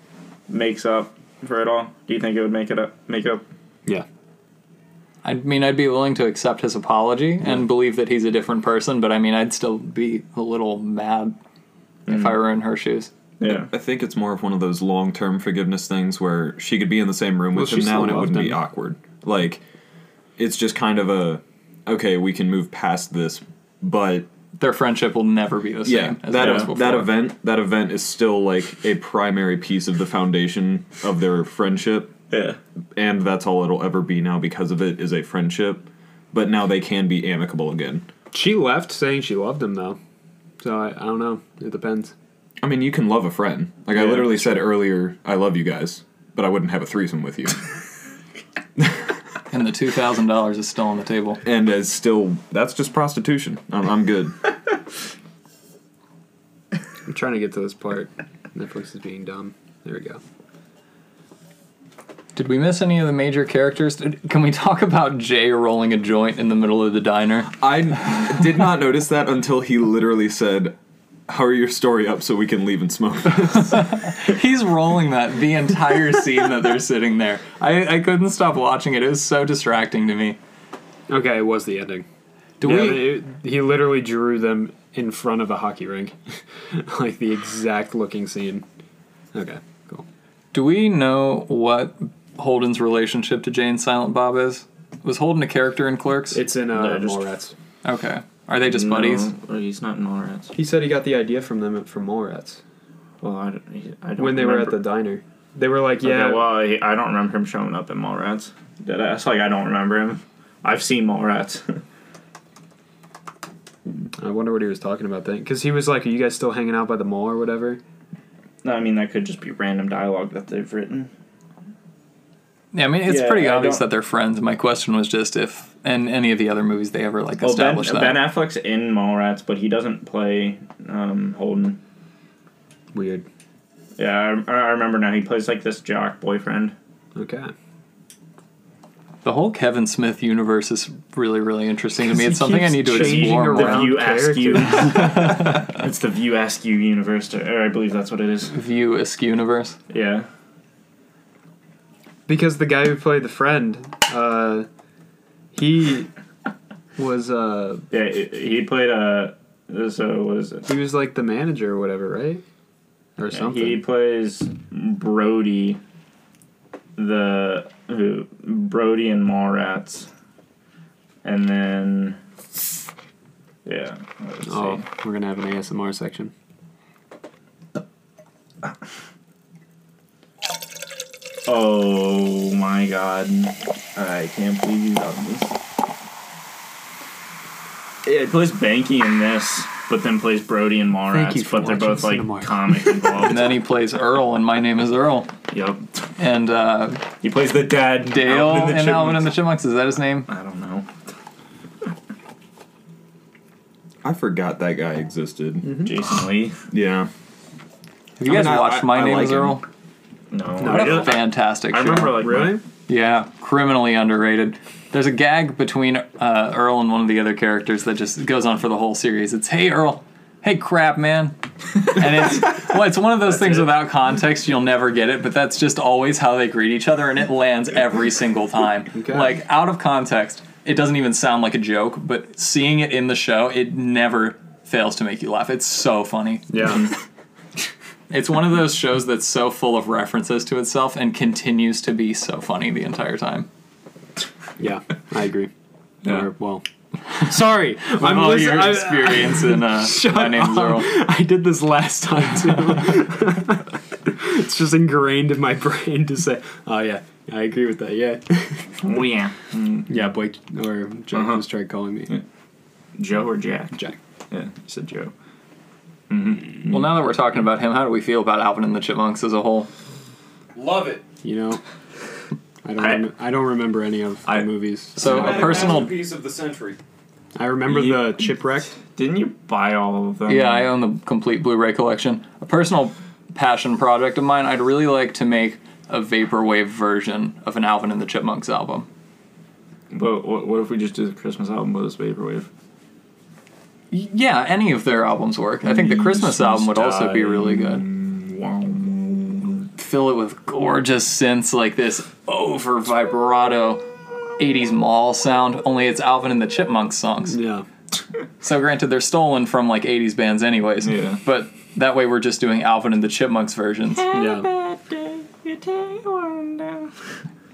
Speaker 3: makes up for it all? Do you think it would make it up make up?
Speaker 2: yeah,
Speaker 6: I mean, I'd be willing to accept his apology and believe that he's a different person, but I mean, I'd still be a little mad if I were in her shoes.
Speaker 3: Yeah.
Speaker 5: I think it's more of one of those long term forgiveness things where she could be in the same room with
Speaker 2: Well, she
Speaker 5: him now
Speaker 2: still
Speaker 5: and it
Speaker 2: loved
Speaker 5: wouldn't be
Speaker 2: him.
Speaker 5: awkward. Like, it's just kind of a, okay, we can move past this, but
Speaker 6: Their friendship will never be the same
Speaker 5: yeah,
Speaker 6: as
Speaker 5: that e-,
Speaker 6: it was before.
Speaker 5: that event that event is still like a primary piece of the foundation of their friendship,
Speaker 3: Yeah.
Speaker 5: and that's all it'll ever be now because of it is a friendship. But now they can be amicable again.
Speaker 2: she left saying she loved him though. So I, I don't know. It depends.
Speaker 5: I mean, you can love a friend. Like I literally said earlier, I love you guys, but I wouldn't have a threesome with you.
Speaker 6: And the $2,000 is still on the table.
Speaker 5: and as still, that's just prostitution. I'm, I'm good.
Speaker 2: I'm trying to get to this part. Netflix is being dumb. There we go.
Speaker 6: Did we miss any of the major characters? Did- Can we talk about Jay rolling a joint in the middle of the diner?
Speaker 5: I did not notice that until he literally said, "Hurry your story up so we can leave and smoke."
Speaker 6: He's rolling that the entire scene that they're sitting there. I, I couldn't stop watching it. It was so distracting to me.
Speaker 2: Okay, it was the ending.
Speaker 6: Do
Speaker 2: Yeah,
Speaker 6: we?
Speaker 2: it- he literally drew them in front of a hockey rink, like the exact looking scene. Okay, cool.
Speaker 6: Do we know what Holden's relationship to Jane Silent Bob is? Was Holden a character in Clerks?
Speaker 2: It's in uh,
Speaker 3: No, just-
Speaker 2: Mallrats.
Speaker 6: okay. Are they just buddies?
Speaker 3: No, he's not in Mallrats.
Speaker 2: He said he got the idea from them from Mallrats
Speaker 3: Well, I don't, he- I don't
Speaker 2: when they were at
Speaker 3: remember.
Speaker 2: the diner. They were like,
Speaker 3: Okay,
Speaker 2: "Yeah,
Speaker 3: well, he- I don't remember him showing up in Mallrats. Did I? That's like I don't remember him. I've seen Mallrats.
Speaker 2: I wonder what he was talking about then." Because he was like, "Are you guys still hanging out by the mall or whatever?"
Speaker 3: no, I mean that could just be random dialogue that they've written.
Speaker 6: Yeah, I mean, it's
Speaker 3: Yeah,
Speaker 6: pretty
Speaker 3: I
Speaker 6: obvious
Speaker 3: don't-
Speaker 6: that they're friends. My question was just if, in any of the other movies, they ever like
Speaker 3: Well, Oh, ben,
Speaker 6: established that.
Speaker 3: ben Affleck's in Mallrats, but he doesn't play um, Holden.
Speaker 2: Weird.
Speaker 3: Yeah, I, I remember now. He plays like this jock boyfriend.
Speaker 2: Okay.
Speaker 6: The whole Kevin Smith universe is really, really interesting to me.
Speaker 2: he
Speaker 6: It's something I
Speaker 2: keeps
Speaker 6: need to
Speaker 2: changing
Speaker 6: explore
Speaker 3: The
Speaker 2: around.
Speaker 6: more.
Speaker 3: View Ask You.
Speaker 2: characters.
Speaker 3: it's the View Ask You universe, or I believe that's what it is.
Speaker 6: View Askew universe.
Speaker 3: Yeah.
Speaker 2: because the guy who played the friend, uh, he was uh,
Speaker 3: Yeah, he- he played a. So what is it?
Speaker 2: he was like the manager or whatever, right? Or something.
Speaker 3: He plays Brody, the who Brody and Mallrats, and then yeah. let's see.
Speaker 2: oh, we're gonna have an ASMR section.
Speaker 3: Oh my god. I can't believe you done this. Yeah, it plays Banky in this, but then plays Brody and
Speaker 2: Thank you
Speaker 3: Mallrats,
Speaker 2: for
Speaker 3: but they're
Speaker 2: watching
Speaker 3: both like
Speaker 2: Cinemark.
Speaker 3: comic involved.
Speaker 6: And then he plays Earl, and my name is Earl.
Speaker 3: yep.
Speaker 6: And uh,
Speaker 3: He plays the dad.
Speaker 6: Dale
Speaker 3: Alvin the
Speaker 6: and Alvin and the
Speaker 3: Chipmunks.
Speaker 6: Chipmunks, is that his name?
Speaker 3: I don't know.
Speaker 5: I forgot that guy existed.
Speaker 3: Jason Lee.
Speaker 5: Yeah.
Speaker 6: Have you
Speaker 5: I
Speaker 6: guys
Speaker 5: mean, I-
Speaker 6: watched
Speaker 5: I-
Speaker 6: My
Speaker 5: I
Speaker 6: Name
Speaker 5: like
Speaker 6: is
Speaker 5: him.
Speaker 6: Earl?
Speaker 3: No.
Speaker 6: What
Speaker 3: I,
Speaker 6: a fantastic
Speaker 3: I
Speaker 6: show.
Speaker 3: remember like
Speaker 2: Really?
Speaker 3: my-
Speaker 6: Yeah, criminally underrated. There's a gag between uh, Earl and one of the other characters that just goes on for the whole series. It's hey Earl, hey crap man, and it's well, it's one of those things
Speaker 3: it.
Speaker 6: without context you'll never get it, but that's just always how they greet each other, and it lands every single time.
Speaker 2: Okay.
Speaker 6: Like out of context, it doesn't even sound like a joke, but seeing it in the show, it never fails to make you laugh. It's so funny.
Speaker 2: Yeah.
Speaker 6: It's one of those shows that's so full of references to itself and continues to be so funny the entire time.
Speaker 2: yeah, I agree.
Speaker 6: Yeah.
Speaker 2: Or, well, sorry, I'm
Speaker 6: all
Speaker 2: listening.
Speaker 6: your
Speaker 2: I,
Speaker 6: experience in uh,
Speaker 2: Shut
Speaker 6: My
Speaker 2: up.
Speaker 6: Name's Earl.
Speaker 2: I did this last time too. it's just ingrained in my brain to say, "Oh yeah, I agree with that." Yeah,
Speaker 3: Oh yeah.
Speaker 2: yeah. Blake or Jack was tried calling me.
Speaker 3: Joe or Jack?
Speaker 2: Jack.
Speaker 3: Yeah, he said Joe.
Speaker 6: Well, now that we're talking about him, how do we feel about Alvin and the Chipmunks as a whole?
Speaker 5: Love it.
Speaker 2: You know, I don't.
Speaker 3: I-
Speaker 2: rem- I don't remember any of the
Speaker 3: I-
Speaker 2: movies.
Speaker 6: So a personal,
Speaker 5: piece of the century.
Speaker 2: I remember
Speaker 3: You-
Speaker 2: the Chipwrecked.
Speaker 3: Didn't you buy all of them?
Speaker 6: yeah, I own the complete Blu-ray collection. A personal passion project of mine. I'd really like to make a vaporwave version of an Alvin and the Chipmunks album.
Speaker 3: But what, what if we just do the Christmas album with this vaporwave?
Speaker 6: Y- Yeah, any of their albums work. I think the Christmas album would also be really good. Fill it with gorgeous synths like this over vibrato 80s mall sound, only it's Alvin and the Chipmunks songs.
Speaker 2: Yeah.
Speaker 6: So granted, they're stolen from like '80s bands, anyways.
Speaker 3: Yeah.
Speaker 6: But that way, we're just doing Alvin and the Chipmunks versions.
Speaker 2: Yeah.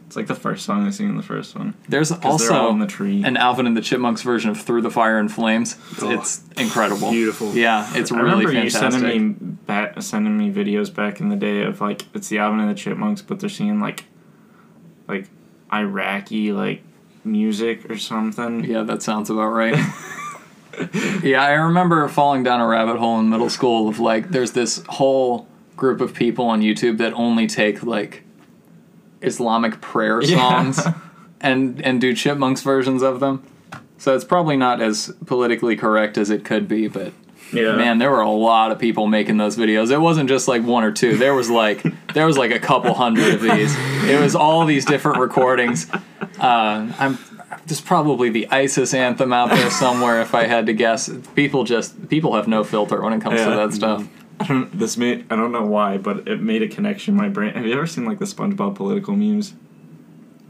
Speaker 3: It's like the first song I sing in the first one.
Speaker 6: There's
Speaker 3: 'Cause they're all
Speaker 6: also
Speaker 3: in the tree.
Speaker 6: an Alvin and the Chipmunks version of "Through the Fire and Flames." It's,
Speaker 2: Oh.
Speaker 6: it's incredible.
Speaker 2: Beautiful.
Speaker 6: Yeah, it's
Speaker 3: I
Speaker 6: really
Speaker 3: remember
Speaker 6: fantastic.
Speaker 3: you sending me ba- sending me videos back in the day of like it's the Alvin and the Chipmunks, but they're singing like like Iraqi like music or something.
Speaker 6: Yeah, that sounds about right. yeah, I remember falling down a rabbit hole in middle school of like, there's this whole group of people on YouTube that only take like Islamic prayer songs and and do chipmunks versions of them. So it's probably not as politically correct as it could be, but
Speaker 3: Yeah,
Speaker 6: man, there were a lot of people making those videos. It wasn't just like one or two. There was like there was like a couple hundred of these. It was all these different recordings. Uh, I'm there's probably the ISIS anthem out there somewhere if I had to guess. People just people have no filter when it comes to
Speaker 3: Yeah.
Speaker 6: that stuff.
Speaker 3: This made I don't know why, but it made a connection in my brain. Have you ever seen like the SpongeBob political memes?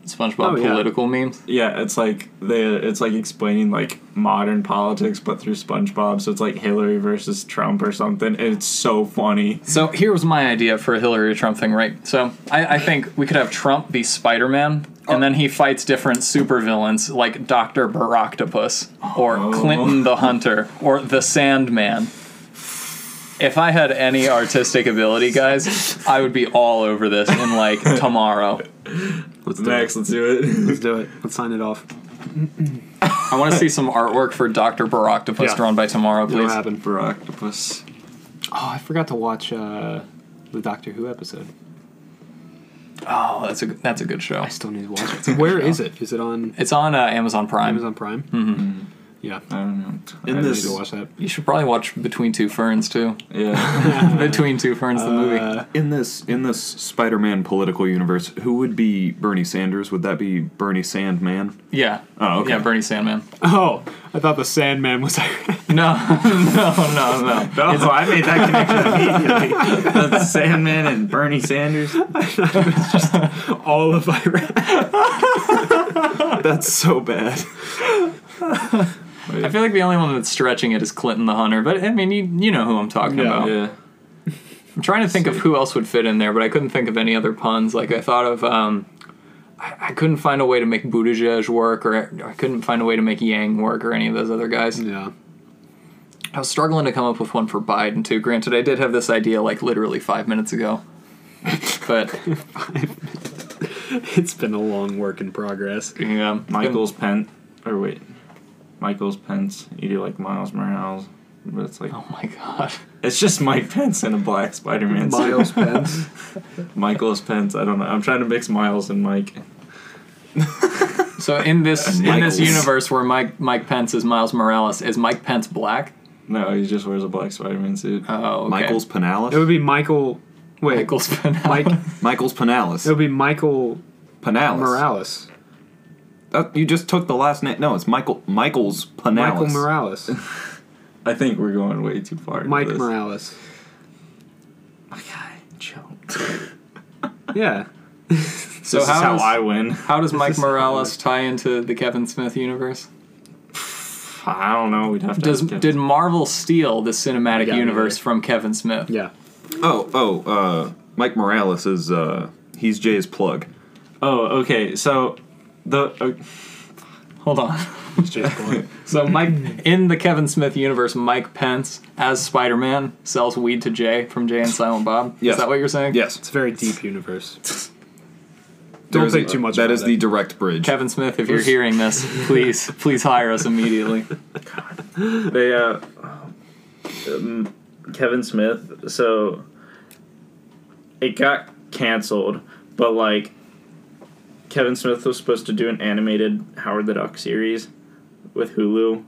Speaker 6: SpongeBob
Speaker 2: Oh, yeah.
Speaker 6: political memes.
Speaker 3: Yeah, it's like they it's like explaining like modern politics but through SpongeBob. So it's like Hillary versus Trump or something. And it's so funny.
Speaker 6: So here was my idea for a Hillary Trump thing, right? So I, I think we could have Trump be Spider Man, and then he fights different supervillains like Dr. Baroctopus, or
Speaker 2: Oh.
Speaker 6: Clinton the Hunter, or the Sandman. If I had any artistic ability, guys, I would be all over this in like tomorrow.
Speaker 2: Let's do
Speaker 3: Max, let's do
Speaker 2: it.
Speaker 3: it.
Speaker 2: Let's do it. Let's sign it off.
Speaker 6: I want to see some artwork for Dr. Baroctopus
Speaker 2: Yeah.
Speaker 6: drawn by tomorrow,
Speaker 2: It'll
Speaker 6: please.
Speaker 2: happen.
Speaker 3: For octopus.
Speaker 2: Oh, I forgot to watch uh, the Doctor Who episode.
Speaker 6: Oh, that's a that's a good show.
Speaker 2: I still need to watch it. Where is it? Is it on
Speaker 6: It's on uh, Amazon Prime.
Speaker 2: Mm-hmm. Amazon Prime? Yeah,
Speaker 7: I don't know.
Speaker 2: I
Speaker 7: In
Speaker 2: need
Speaker 7: this,
Speaker 2: to watch that.
Speaker 6: You should probably watch Between Two Ferns too.
Speaker 7: yeah,
Speaker 6: Between Two Ferns, the movie.
Speaker 2: Uh,
Speaker 5: In this in this Spider-Man political universe, who would be Bernie Sanders? Would that be Bernie Sandman?
Speaker 6: Yeah.
Speaker 5: Oh, okay.
Speaker 6: Yeah, Bernie Sandman.
Speaker 2: oh, I thought the Sandman was.
Speaker 6: No, no, no, no.
Speaker 3: Oh, I made that connection immediately. That's Sandman and Bernie Sanders.
Speaker 2: all of Iran.
Speaker 5: That's so bad.
Speaker 6: I feel like the only one that's stretching it is Clinton the Hunter, but I mean, you, you know who I'm talking
Speaker 2: Yeah.
Speaker 6: about.
Speaker 7: yeah.
Speaker 6: I'm trying to think of who else would fit in there, but I couldn't think of any other puns. Like I thought of, um, I, I couldn't find a way to make Buttigieg work, or I couldn't find a way to make Yang work, or any of those other guys.
Speaker 2: Yeah.
Speaker 6: I was struggling to come up with one for Biden too. Granted, I did have this idea like literally five minutes ago, but
Speaker 2: It's been a long work in progress.
Speaker 6: yeah,
Speaker 3: Michael's Pence, or wait, Michael's Pence. You do like Miles Morales, but it's like
Speaker 6: Oh my god,
Speaker 3: it's just Mike Pence in a black Spider-Man suit.
Speaker 2: Miles Pence.
Speaker 3: Michael's Pence. I don't know. I'm trying to mix Miles and Mike.
Speaker 6: So in this in
Speaker 5: Michaels.
Speaker 6: this universe where Mike Mike Pence is Miles Morales, is Mike Pence black?
Speaker 3: No, he just wears a black Spider-Man suit.
Speaker 6: Oh, okay.
Speaker 5: Michael's Panalis.
Speaker 2: It would be Michael. Wait,
Speaker 6: Michael's Pence.
Speaker 2: Mike. it
Speaker 5: Michael's Panalis.
Speaker 2: would be Michael
Speaker 5: Panalis.
Speaker 2: Morales.
Speaker 5: That- you just took the last name. No, it's Michael. Michael's Panalis.
Speaker 2: Michael Morales.
Speaker 3: I think we're going way too far. into
Speaker 2: Mike
Speaker 3: this.
Speaker 2: Morales.
Speaker 3: My guy, chill.
Speaker 2: Yeah.
Speaker 6: so
Speaker 3: this
Speaker 6: how,
Speaker 3: is how
Speaker 6: does,
Speaker 3: I win.
Speaker 6: how does Mike
Speaker 2: is how it
Speaker 6: Morales tie into the Kevin Smith universe?
Speaker 3: I don't know. We'd have to.
Speaker 6: Does
Speaker 3: ask him.
Speaker 6: did Marvel steal the cinematic
Speaker 2: Yeah, me
Speaker 6: universe
Speaker 2: neither.
Speaker 6: from Kevin Smith?
Speaker 2: Yeah.
Speaker 5: Oh, oh, uh, Mike Morales is uh, he's Jay's plug.
Speaker 3: oh, okay. So the uh,
Speaker 6: Hold on.
Speaker 2: It's James Bond.
Speaker 6: So Mike in the Kevin Smith universe, Mike Pence as Spider Man sells weed to Jay from Jay and Silent Bob.
Speaker 5: Yes.
Speaker 6: Is that what you're saying?
Speaker 2: It's
Speaker 5: Yes,
Speaker 2: a very deep universe.
Speaker 5: There
Speaker 2: Don't
Speaker 5: is
Speaker 2: think
Speaker 5: a-
Speaker 2: too much.
Speaker 5: That
Speaker 2: about
Speaker 5: is
Speaker 2: it.
Speaker 5: the direct bridge.
Speaker 6: Kevin Smith, if you're hearing this, please please hire us immediately.
Speaker 3: they uh, um, Kevin Smith. So it got canceled, but like Kevin Smith was supposed to do an animated Howard the Duck series with Hulu,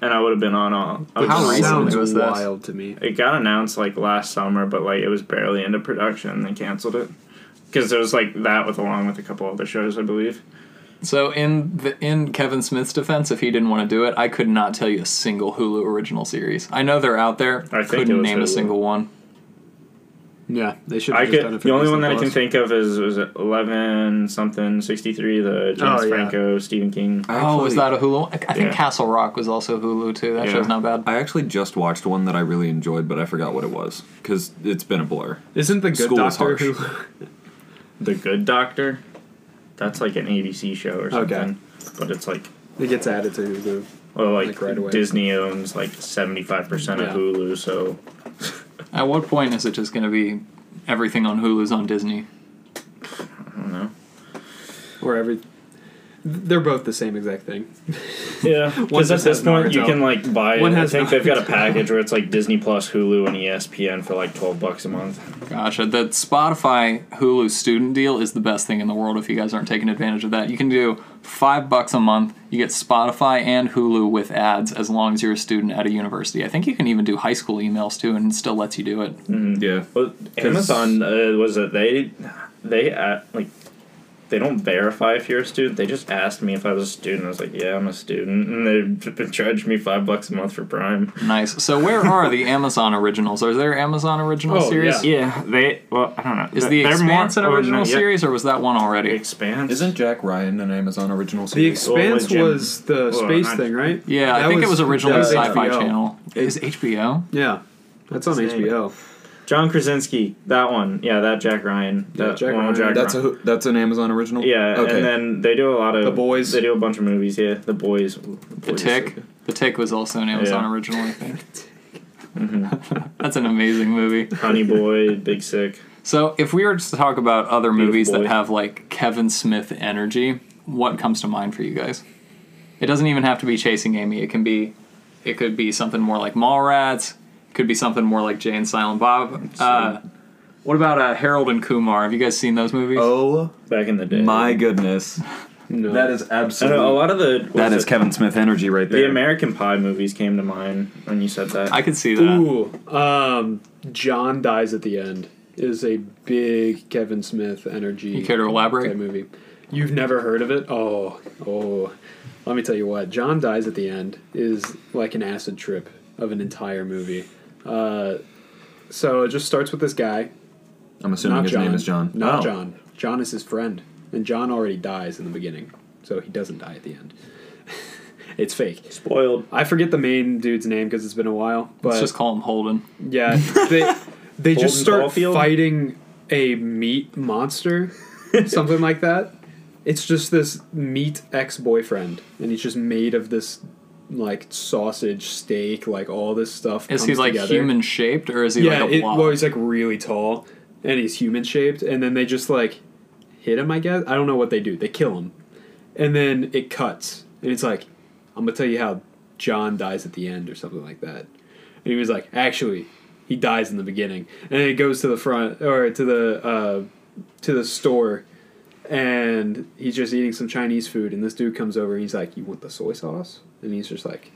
Speaker 3: and I would have been on all. I would've been
Speaker 6: How
Speaker 3: on
Speaker 2: Which
Speaker 6: recently
Speaker 3: all of
Speaker 2: sounds
Speaker 3: it.
Speaker 6: was this?
Speaker 2: wild to me.
Speaker 3: It got announced like last summer, but like it was barely into production. They canceled it because it was like that with along with a couple other shows, I believe.
Speaker 6: So in the in Kevin Smith's defense, if he didn't want to do it, I could not tell you a single Hulu original series. I know they're out there.
Speaker 3: I think it
Speaker 6: couldn't
Speaker 3: was
Speaker 6: name a
Speaker 3: Hulu.
Speaker 6: single one.
Speaker 2: Yeah, they should. Have
Speaker 3: I
Speaker 2: just done
Speaker 3: could.
Speaker 2: it
Speaker 3: The
Speaker 2: for
Speaker 3: only one
Speaker 2: Disney
Speaker 3: that I can
Speaker 2: Plus.
Speaker 3: think of is was it eleven something sixty three. The James
Speaker 2: Oh, yeah.
Speaker 3: Franco Stephen King.
Speaker 6: oh, was that a Hulu? I, I think
Speaker 3: Yeah.
Speaker 6: Castle Rock was also Hulu too. That
Speaker 3: Yeah.
Speaker 6: show's not bad.
Speaker 5: I actually just watched one that I really enjoyed, but I forgot what it was because it's been a blur.
Speaker 2: Isn't the good
Speaker 5: School is
Speaker 2: doctor
Speaker 5: harsh.
Speaker 2: who?
Speaker 3: The Good Doctor. That's like an ABC show or
Speaker 2: Okay.
Speaker 3: something. But it's like
Speaker 2: It gets added to Hulu.
Speaker 3: well, like,
Speaker 2: Like, right away.
Speaker 3: Disney owns like seventy five percent
Speaker 2: Yeah.
Speaker 3: of Hulu, so
Speaker 6: At what point is it just going to be everything on Hulu's on Disney?
Speaker 3: I don't know.
Speaker 2: or every. They're both the same exact thing.
Speaker 3: Yeah, because at
Speaker 2: just
Speaker 3: this
Speaker 2: has
Speaker 3: point you
Speaker 2: Naruto.
Speaker 3: can like buy.
Speaker 2: One
Speaker 3: It. I
Speaker 2: has
Speaker 3: think they've
Speaker 2: Naruto.
Speaker 3: got a package where it's like Disney Plus, Hulu, and E ESPN for like twelve bucks a month.
Speaker 6: Gotcha. The Spotify Hulu student deal is the best thing in the world if you guys aren't taking advantage of that. You can do five bucks a month. You get Spotify and Hulu with ads as long as you're a student at a university. I think you can even do high school emails too and it still lets you do it.
Speaker 5: Yeah,
Speaker 3: Well, Amazon uh, was it they they uh, like they don't verify if you're a student. They just asked me if I was a student. I was like, yeah, I'm a student, and they charged me five bucks a month for Prime.
Speaker 6: Nice. So where are the Amazon originals? Are there Amazon original
Speaker 2: Oh,
Speaker 6: series?
Speaker 3: Yeah, they well, I don't know.
Speaker 6: Is the Expanse
Speaker 3: Oh,
Speaker 6: an original series or was that one already?
Speaker 3: Expanse
Speaker 5: isn't Jack Ryan an Amazon original
Speaker 2: The
Speaker 5: series?
Speaker 2: Expanse
Speaker 3: Jim-
Speaker 2: was the
Speaker 3: well,
Speaker 2: space
Speaker 3: not-
Speaker 2: thing, right?
Speaker 6: Yeah, I
Speaker 2: That
Speaker 6: think it was originally
Speaker 2: that was
Speaker 6: Sci-Fi
Speaker 2: HBO.
Speaker 6: Channel. Is HBO?
Speaker 2: Yeah, that's on
Speaker 3: his name?
Speaker 2: HBO.
Speaker 3: John Krasinski? That one, yeah, that Jack Ryan.
Speaker 2: Yeah,
Speaker 3: That
Speaker 2: Jack
Speaker 3: one with
Speaker 2: Ryan.
Speaker 3: Jack
Speaker 5: that's
Speaker 3: Ryan.
Speaker 5: a that's an Amazon original.
Speaker 3: yeah,
Speaker 5: Okay.
Speaker 3: and then they do a lot of
Speaker 2: The Boys.
Speaker 3: They do a bunch of movies. Yeah, the boys. The,
Speaker 6: The
Speaker 3: Boys.
Speaker 6: Tick. The Tick was also an Amazon
Speaker 3: Yeah.
Speaker 6: original, I think. That's an amazing movie.
Speaker 3: Honey Boy, Big Sick.
Speaker 6: So, if we were to talk about other
Speaker 3: Beautiful
Speaker 6: movies that
Speaker 3: boy.
Speaker 6: have like Kevin Smith energy, what comes to mind for you guys? It doesn't even have to be Chasing Amy. It can be, it could be something more like Mallrats. It could be something more like Jay and Silent Bob. Uh, what about uh, Harold and Kumar? Have you guys seen those movies?
Speaker 5: oh
Speaker 3: Back in the day.
Speaker 5: my goodness,
Speaker 2: No.
Speaker 5: That is
Speaker 3: I don't know, a
Speaker 5: absolutely.
Speaker 3: lot of the what
Speaker 5: That
Speaker 3: was
Speaker 5: is
Speaker 3: it?
Speaker 5: Kevin Smith energy right
Speaker 3: the
Speaker 5: there.
Speaker 3: American Pie movies came to mind when you said that.
Speaker 6: I could see that.
Speaker 2: Ooh, um, John dies at the end is a big Kevin Smith energy.
Speaker 6: You care to elaborate?
Speaker 2: type movie. You've never heard of it? Oh, oh. Let me tell you what. John dies at the end is like an acid trip of an entire movie. Uh, so it just starts with this guy,
Speaker 5: I'm assuming
Speaker 2: not
Speaker 5: his
Speaker 2: John.
Speaker 5: name is John.
Speaker 2: Not
Speaker 5: Oh.
Speaker 2: John. John is his friend, and John already dies in the beginning, so he doesn't die at the end. it's fake.
Speaker 3: Spoiled.
Speaker 2: I forget the main dude's name because it's been a while. But
Speaker 6: Let's just call him Holden.
Speaker 2: yeah, they they just
Speaker 3: Holden
Speaker 2: start
Speaker 3: Caulfield?
Speaker 2: fighting a meat monster, something like that. It's just this meat ex boyfriend, and he's just made of this like sausage, steak, like all this stuff.
Speaker 6: Is
Speaker 2: comes
Speaker 6: he like
Speaker 2: together.
Speaker 6: human shaped or is he
Speaker 2: Yeah,
Speaker 6: like a
Speaker 2: it,
Speaker 6: blob?
Speaker 2: well, he's like really tall, and he's human shaped, and then they just like hit him. I guess I don't know what they do. They kill him, and then it cuts, and it's like I'm gonna tell you how John dies at the end or something like that. And he was like, actually, he dies in the beginning, and then it goes to the front or to the uh, to the store. And he's just eating some Chinese food, and this dude comes over. and He's like, "You want the soy sauce?" And he's just like,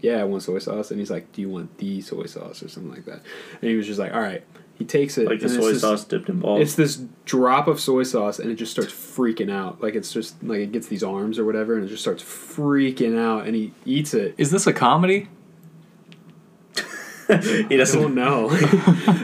Speaker 2: yeah, I want soy sauce. And he's like, do you want the soy sauce or something like that? And he was just like, all right. He takes it.
Speaker 3: Like the
Speaker 2: and it's
Speaker 3: soy
Speaker 2: this-
Speaker 3: sauce dipped in balls.
Speaker 2: It's this drop of soy sauce, and it just starts freaking out. Like it's just like it gets these arms or whatever, and it just starts freaking out. And he eats it.
Speaker 6: is this a comedy?
Speaker 3: he
Speaker 2: I don't
Speaker 3: doesn't
Speaker 2: know.
Speaker 3: want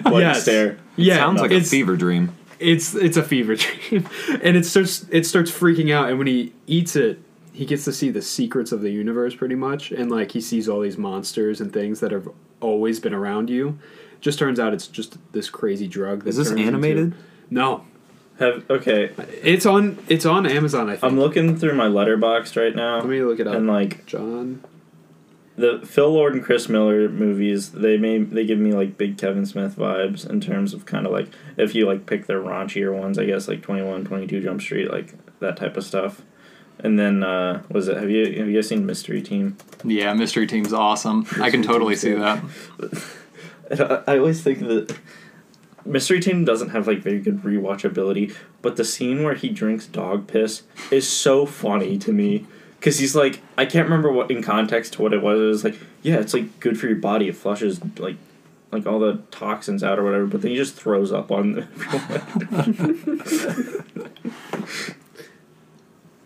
Speaker 3: to
Speaker 2: yes.
Speaker 3: stare.
Speaker 2: yeah,
Speaker 5: Sounds like a
Speaker 2: it's-
Speaker 5: fever dream.
Speaker 2: it's it's a fever dream, and it starts it starts freaking out. And when he eats it, he gets to see the secrets of the universe, pretty much. And like he sees all these monsters and things that have always been around you. Just turns out it's just this crazy drug. That
Speaker 5: Is this
Speaker 2: turns into-
Speaker 5: animated?
Speaker 2: no,
Speaker 3: Have okay.
Speaker 2: it's on it's on Amazon. I think.
Speaker 3: I'm looking through my letterbox right now.
Speaker 2: Let me look it up.
Speaker 3: And like
Speaker 2: John.
Speaker 3: the Phil Lord and Chris Miller movies, they may they give me like big Kevin Smith vibes in terms of kind of like if you like pick their raunchier ones, I guess like 21, 22 Jump Street, like that type of stuff. And then uh was it have you have you guys seen Mystery Team?
Speaker 6: Yeah, Mystery Team's awesome. I can totally see that.
Speaker 3: I, I always think that Mystery Team doesn't have like very good rewatchability, but the scene where he drinks dog piss is so funny to me. Cause he's like, I can't remember what in context to what it was. It was like, yeah, it's like good for your body. It flushes like, like all the toxins out or whatever. But then he just throws up on everyone.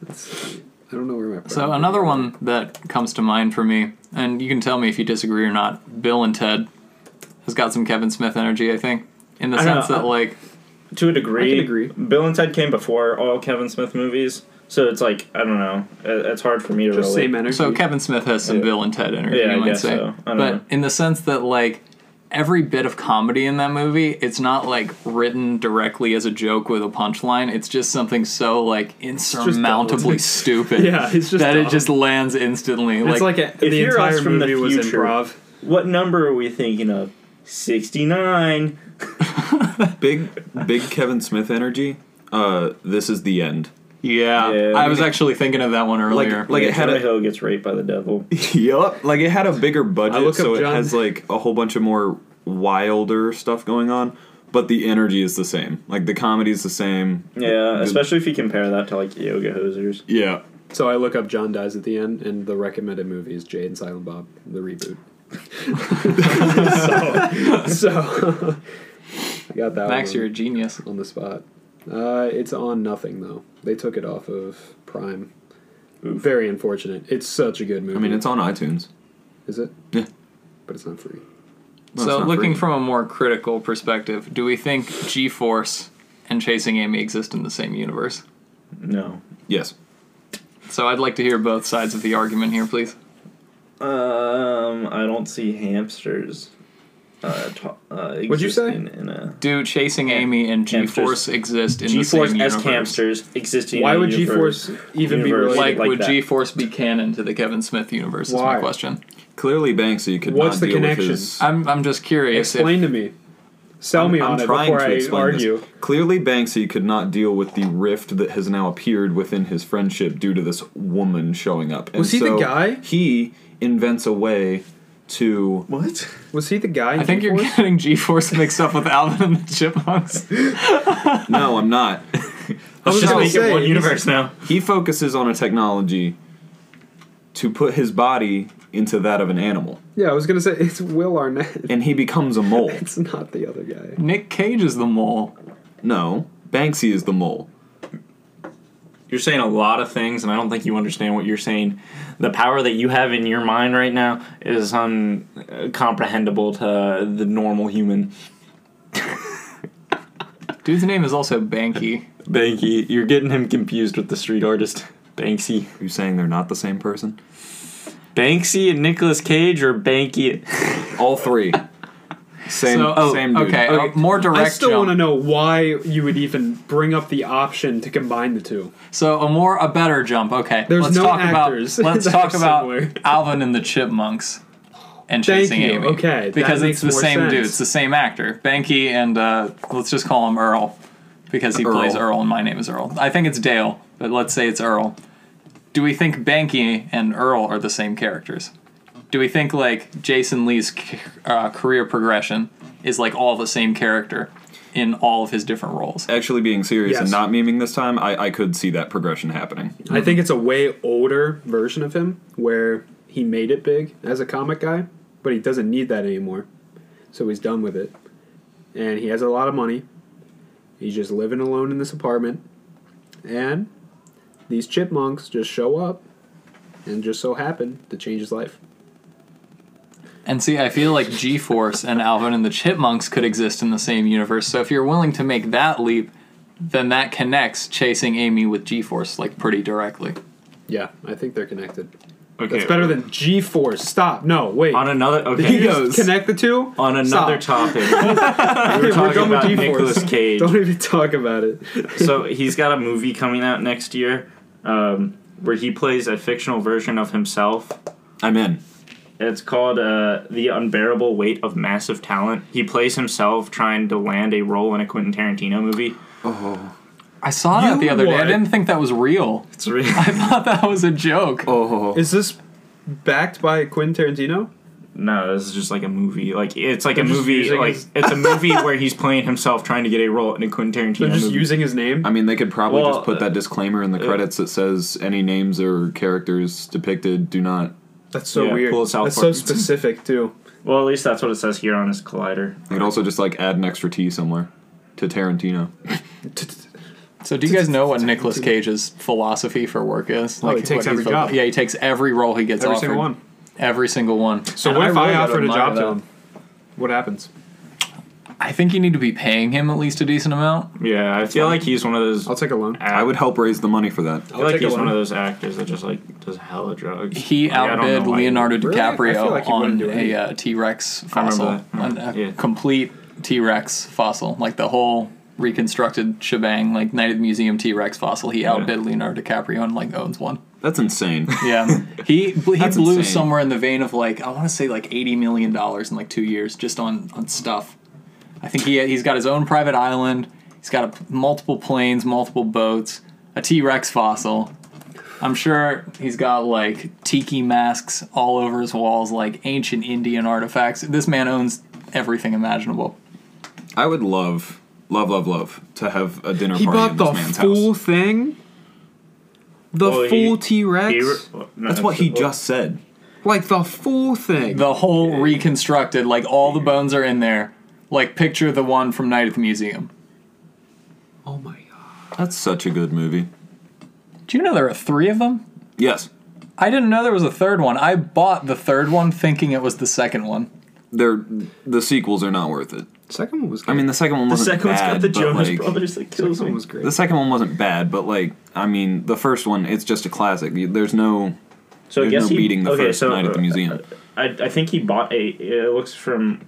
Speaker 2: I don't know where my.
Speaker 6: So another one that comes to mind for me, and you can tell me if you disagree or not. Bill and Ted has got some Kevin Smith energy, I think, in the
Speaker 3: I
Speaker 6: sense
Speaker 3: know.
Speaker 6: that like
Speaker 3: to a degree,
Speaker 2: I can agree.
Speaker 3: Bill and Ted came before all Kevin Smith movies, so it's like I don't know. It, it's hard for me to
Speaker 2: Just
Speaker 3: relate.
Speaker 2: same energy.
Speaker 6: So Kevin Smith has some Bill and Ted energy,
Speaker 3: Yeah, I
Speaker 6: you might
Speaker 3: guess
Speaker 6: say.
Speaker 3: so. I
Speaker 6: But
Speaker 3: don't know.
Speaker 6: in the sense that like every bit of comedy in that movie, it's not like written directly as a joke with a punchline. It's just something so like insurmountably stupid.
Speaker 2: Yeah, it's just
Speaker 6: that it
Speaker 2: dumb.
Speaker 6: just lands instantly.
Speaker 2: it's like, a, the
Speaker 3: you're us
Speaker 2: entire
Speaker 3: from the
Speaker 2: movie was
Speaker 3: future-
Speaker 2: improv.
Speaker 3: What number are we thinking of? Sixty nine.
Speaker 5: Big, big Kevin Smith energy. Uh, this is the end.
Speaker 6: yeah,
Speaker 3: Yeah.
Speaker 6: I was actually thinking of that one
Speaker 5: Like,
Speaker 6: earlier.
Speaker 5: like it had
Speaker 3: Jonah
Speaker 5: a
Speaker 3: Hill gets raped by the devil.
Speaker 5: yup. Like it had a bigger budget,
Speaker 2: I look up
Speaker 5: so it
Speaker 2: John-
Speaker 5: has like a whole bunch of more wilder stuff going on. But the energy is the same. Like the comedy's the same.
Speaker 3: Yeah, especially if you compare that to like yoga hosers.
Speaker 5: Yeah.
Speaker 2: So I look up John dies at the end, and the recommended movie is Jay and Silent Bob, the reboot. so, so I got that
Speaker 6: Max,
Speaker 2: one
Speaker 6: you're a genius.
Speaker 2: on the spot. Uh, it's on nothing though. They took it off of Prime. Very unfortunate. It's such a good movie.
Speaker 5: I mean, it's on iTunes.
Speaker 2: is it?
Speaker 5: Yeah.
Speaker 2: But it's not free.
Speaker 5: No, it's
Speaker 6: so
Speaker 5: not
Speaker 6: looking
Speaker 5: free.
Speaker 6: from a more critical perspective, do we think G Force and Chasing Amy exist in the same universe?
Speaker 3: No.
Speaker 5: Yes.
Speaker 6: So I'd like to hear both sides of the argument here, please.
Speaker 3: Um, I don't see hamsters. Uh, to- uh,
Speaker 2: What'd you say?
Speaker 3: existing In a
Speaker 6: Do Chasing Amy and G Force exist in
Speaker 3: G
Speaker 6: the
Speaker 3: Force
Speaker 6: same
Speaker 3: as
Speaker 6: universe?
Speaker 3: hamsters existing.
Speaker 2: Why
Speaker 3: in
Speaker 2: would
Speaker 3: the
Speaker 2: G
Speaker 3: universe.
Speaker 2: Force even be
Speaker 3: Universe.
Speaker 2: related?
Speaker 6: Like,
Speaker 3: Like
Speaker 6: would
Speaker 3: that.
Speaker 6: G Force be canon to the Kevin Smith universe? Is my
Speaker 2: Why?
Speaker 6: question.
Speaker 5: Clearly, Banksy could
Speaker 2: What's
Speaker 5: not
Speaker 2: the
Speaker 5: deal
Speaker 2: connection?
Speaker 5: with his.
Speaker 6: I'm, I'm just curious. if-
Speaker 2: Explain to me. Sell me on it before I
Speaker 5: this.
Speaker 2: argue.
Speaker 5: Clearly, Banksy could not deal with the rift that has now appeared within his friendship due to this woman showing up. And
Speaker 2: Was he the
Speaker 5: so
Speaker 2: guy?
Speaker 5: He invents a way to.
Speaker 3: What?
Speaker 2: Was he the guy? in
Speaker 6: I think you're
Speaker 2: G-Force?
Speaker 6: getting G Force mixed up with Alvin and the Chipmunks.
Speaker 5: No, I'm not.
Speaker 2: was
Speaker 3: Let's just
Speaker 2: gonna
Speaker 3: make
Speaker 2: say,
Speaker 3: it one
Speaker 2: he's-
Speaker 3: universe now.
Speaker 5: He focuses on a technology to put his body into that of an animal,
Speaker 2: Yeah, I was gonna say it's Will Arnett.
Speaker 5: and he becomes a mole.
Speaker 2: It's not the other guy.
Speaker 6: Nick Cage is the mole.
Speaker 5: No, Banksy is the mole.
Speaker 3: You're saying a lot of things, and I don't think you understand what you're saying. The power that you have in your mind right now is uncomprehendable to the normal human.
Speaker 6: Dude's name is also Banky.
Speaker 3: Banky, you're getting him confused with the street artist. Banksy.
Speaker 5: You're saying they're not the same person?
Speaker 3: Banksy and Nicolas Cage or Banky?
Speaker 5: All three. Same,
Speaker 6: So, oh,
Speaker 5: same dude.
Speaker 6: okay, uh, more direct.
Speaker 2: I still
Speaker 6: jump.
Speaker 2: want to know why you would even bring up the option to combine the two.
Speaker 6: So a more a better jump. Okay,
Speaker 2: There's
Speaker 6: let's
Speaker 2: no
Speaker 6: talk
Speaker 2: actors
Speaker 6: about let's
Speaker 2: that
Speaker 6: talk
Speaker 2: are
Speaker 6: about
Speaker 2: similar.
Speaker 6: Alvin and the Chipmunks
Speaker 2: Thank
Speaker 6: and chasing
Speaker 2: you,
Speaker 6: Amy.
Speaker 2: okay, that
Speaker 6: because
Speaker 2: makes
Speaker 6: it's the
Speaker 2: more
Speaker 6: same dude.
Speaker 2: sense.
Speaker 6: It's the same actor, Banky, and uh, let's just call him Earl because he
Speaker 5: Earl.
Speaker 6: plays Earl, and my name is Earl. I think it's Dale, but let's say it's Earl. Do we think Banky and Earl are the same characters? Do we think like Jason Lee's c- uh, career progression is like all the same character in all of his different roles?
Speaker 5: Actually, being serious and
Speaker 2: Yes.
Speaker 5: not memeing this time, I, I could see that progression happening.
Speaker 3: Hmm.
Speaker 2: I think it's a way older version of him where he made it big as a comic guy, but he doesn't need that anymore. So he's done with it. And he has a lot of money. He's just living alone in this apartment. And these chipmunks just show up and just so happen to change his life.
Speaker 6: And see, I feel like G Force and Alvin and the Chipmunks could exist in the same universe. So if you're willing to make that leap, then that connects chasing Amy with G Force like pretty directly.
Speaker 2: Yeah, I think they're connected.
Speaker 3: Okay.
Speaker 2: That's better than G Force. Stop. No, wait.
Speaker 3: On another.
Speaker 2: Did
Speaker 3: Okay.
Speaker 2: you just connect the two?
Speaker 3: On another
Speaker 2: Stop.
Speaker 3: topic.
Speaker 2: We're,
Speaker 3: talking
Speaker 2: done with
Speaker 3: about
Speaker 2: G-force.
Speaker 3: Nicolas Cage.
Speaker 2: Don't even talk about it.
Speaker 3: so he's got a movie coming out next year um, where he plays a fictional version of himself.
Speaker 5: I'm in.
Speaker 3: It's called uh, The Unbearable Weight of Massive Talent. He plays himself trying to land a role in a Quentin Tarantino movie.
Speaker 6: I saw that
Speaker 2: You
Speaker 6: the other day. I
Speaker 2: what?
Speaker 6: didn't think that was real.
Speaker 3: It's really.
Speaker 6: I thought that was a joke.
Speaker 5: Oh,
Speaker 2: Is this backed by Quentin Tarantino?
Speaker 3: No, this is just like a movie. Like it's like a
Speaker 2: just
Speaker 3: movie.
Speaker 2: using
Speaker 3: Like
Speaker 2: his-
Speaker 3: it's a movie where he's playing himself trying to get a role in a Quentin Tarantino
Speaker 2: They're just
Speaker 3: movie.
Speaker 2: using his name.
Speaker 5: I mean, they could probably
Speaker 3: Well,
Speaker 5: just put
Speaker 6: uh,
Speaker 5: that disclaimer in the credits that says any names or characters depicted do not.
Speaker 2: That's so
Speaker 3: Yeah,
Speaker 2: weird.
Speaker 3: pull us out
Speaker 2: That's
Speaker 3: for
Speaker 2: so
Speaker 3: it.
Speaker 2: specific too.
Speaker 3: well, at least that's what it says here on his collider.
Speaker 5: They could also just like add an extra T somewhere to Tarantino.
Speaker 6: So do you guys know what Nicolas Cage's philosophy for work is? Like
Speaker 2: Oh, he takes
Speaker 6: what he's
Speaker 2: every
Speaker 6: fo-
Speaker 2: job.
Speaker 6: Yeah, he takes every role he gets
Speaker 2: Every
Speaker 6: offered.
Speaker 2: single one.
Speaker 6: Every single one.
Speaker 2: So
Speaker 6: And
Speaker 2: what if
Speaker 6: really
Speaker 2: I
Speaker 6: gotta
Speaker 2: offered a
Speaker 6: admire
Speaker 2: job to
Speaker 6: that.
Speaker 2: him? What happens?
Speaker 6: I think you need to be paying him at least a decent amount.
Speaker 3: Yeah, I feel like he's one of those.
Speaker 2: I'll take a loan.
Speaker 5: I would help raise the money for that.
Speaker 3: I feel like
Speaker 2: take a
Speaker 3: he's
Speaker 2: loan.
Speaker 3: one of those actors that just like does hella drugs.
Speaker 6: He
Speaker 3: Like, I don't
Speaker 6: outbid
Speaker 3: know why he-
Speaker 6: Leonardo
Speaker 2: Really? I feel
Speaker 6: DiCaprio
Speaker 2: like he wouldn't
Speaker 6: on
Speaker 2: do
Speaker 6: a
Speaker 2: anything.
Speaker 6: uh, T Rex
Speaker 3: remember
Speaker 6: fossil,
Speaker 3: that.
Speaker 6: on a
Speaker 3: Yeah.
Speaker 6: complete T Rex fossil, like the whole reconstructed shebang, like Night at the Museum T Rex fossil. He outbid Leonardo DiCaprio and like owns one.
Speaker 5: That's insane.
Speaker 6: Yeah, he he blew
Speaker 5: That's insane.
Speaker 6: somewhere in the vein of like I want to say like eighty million dollars in like two years just on on stuff. I think he he's got his own private island. He's got a, multiple planes, multiple boats, a T Rex fossil. I'm sure he's got like tiki masks all over his walls, like ancient Indian artifacts. This man owns everything imaginable.
Speaker 5: I would love, love, love, love to have a dinner
Speaker 2: He
Speaker 5: party
Speaker 2: bought
Speaker 5: in
Speaker 2: the
Speaker 5: this man's house.
Speaker 2: full thing. The
Speaker 3: Well, he-
Speaker 2: full
Speaker 3: full
Speaker 2: T
Speaker 3: He re-
Speaker 2: Rex,
Speaker 3: well, no,
Speaker 5: That's what he
Speaker 3: well,
Speaker 5: just said.
Speaker 2: like the full thing.
Speaker 6: The whole reconstructed, like all the bones are in there. Like picture the one from Night at the Museum.
Speaker 2: oh my god!
Speaker 5: That's such a good movie.
Speaker 6: Do you know there are three of them?
Speaker 5: Yes,
Speaker 6: I didn't know there was a third one. I bought the third one thinking it was the second one.
Speaker 5: they're the sequels are not worth it.
Speaker 2: Second one was. Good.
Speaker 5: I mean, the second one
Speaker 3: The
Speaker 5: wasn't
Speaker 3: second one's
Speaker 5: bad,
Speaker 3: got the
Speaker 5: but,
Speaker 3: Jonas
Speaker 5: like,
Speaker 3: Brothers that kills
Speaker 2: second one
Speaker 3: me.
Speaker 2: was great.
Speaker 5: The second one wasn't bad, but like, I mean, the first one, it's just a classic. You- There's no,
Speaker 3: So I
Speaker 5: there's
Speaker 3: guess he
Speaker 5: no beating the
Speaker 3: okay,
Speaker 5: first
Speaker 3: so,
Speaker 5: night at the
Speaker 3: uh,
Speaker 5: museum.
Speaker 3: I, I think he bought a. It looks from.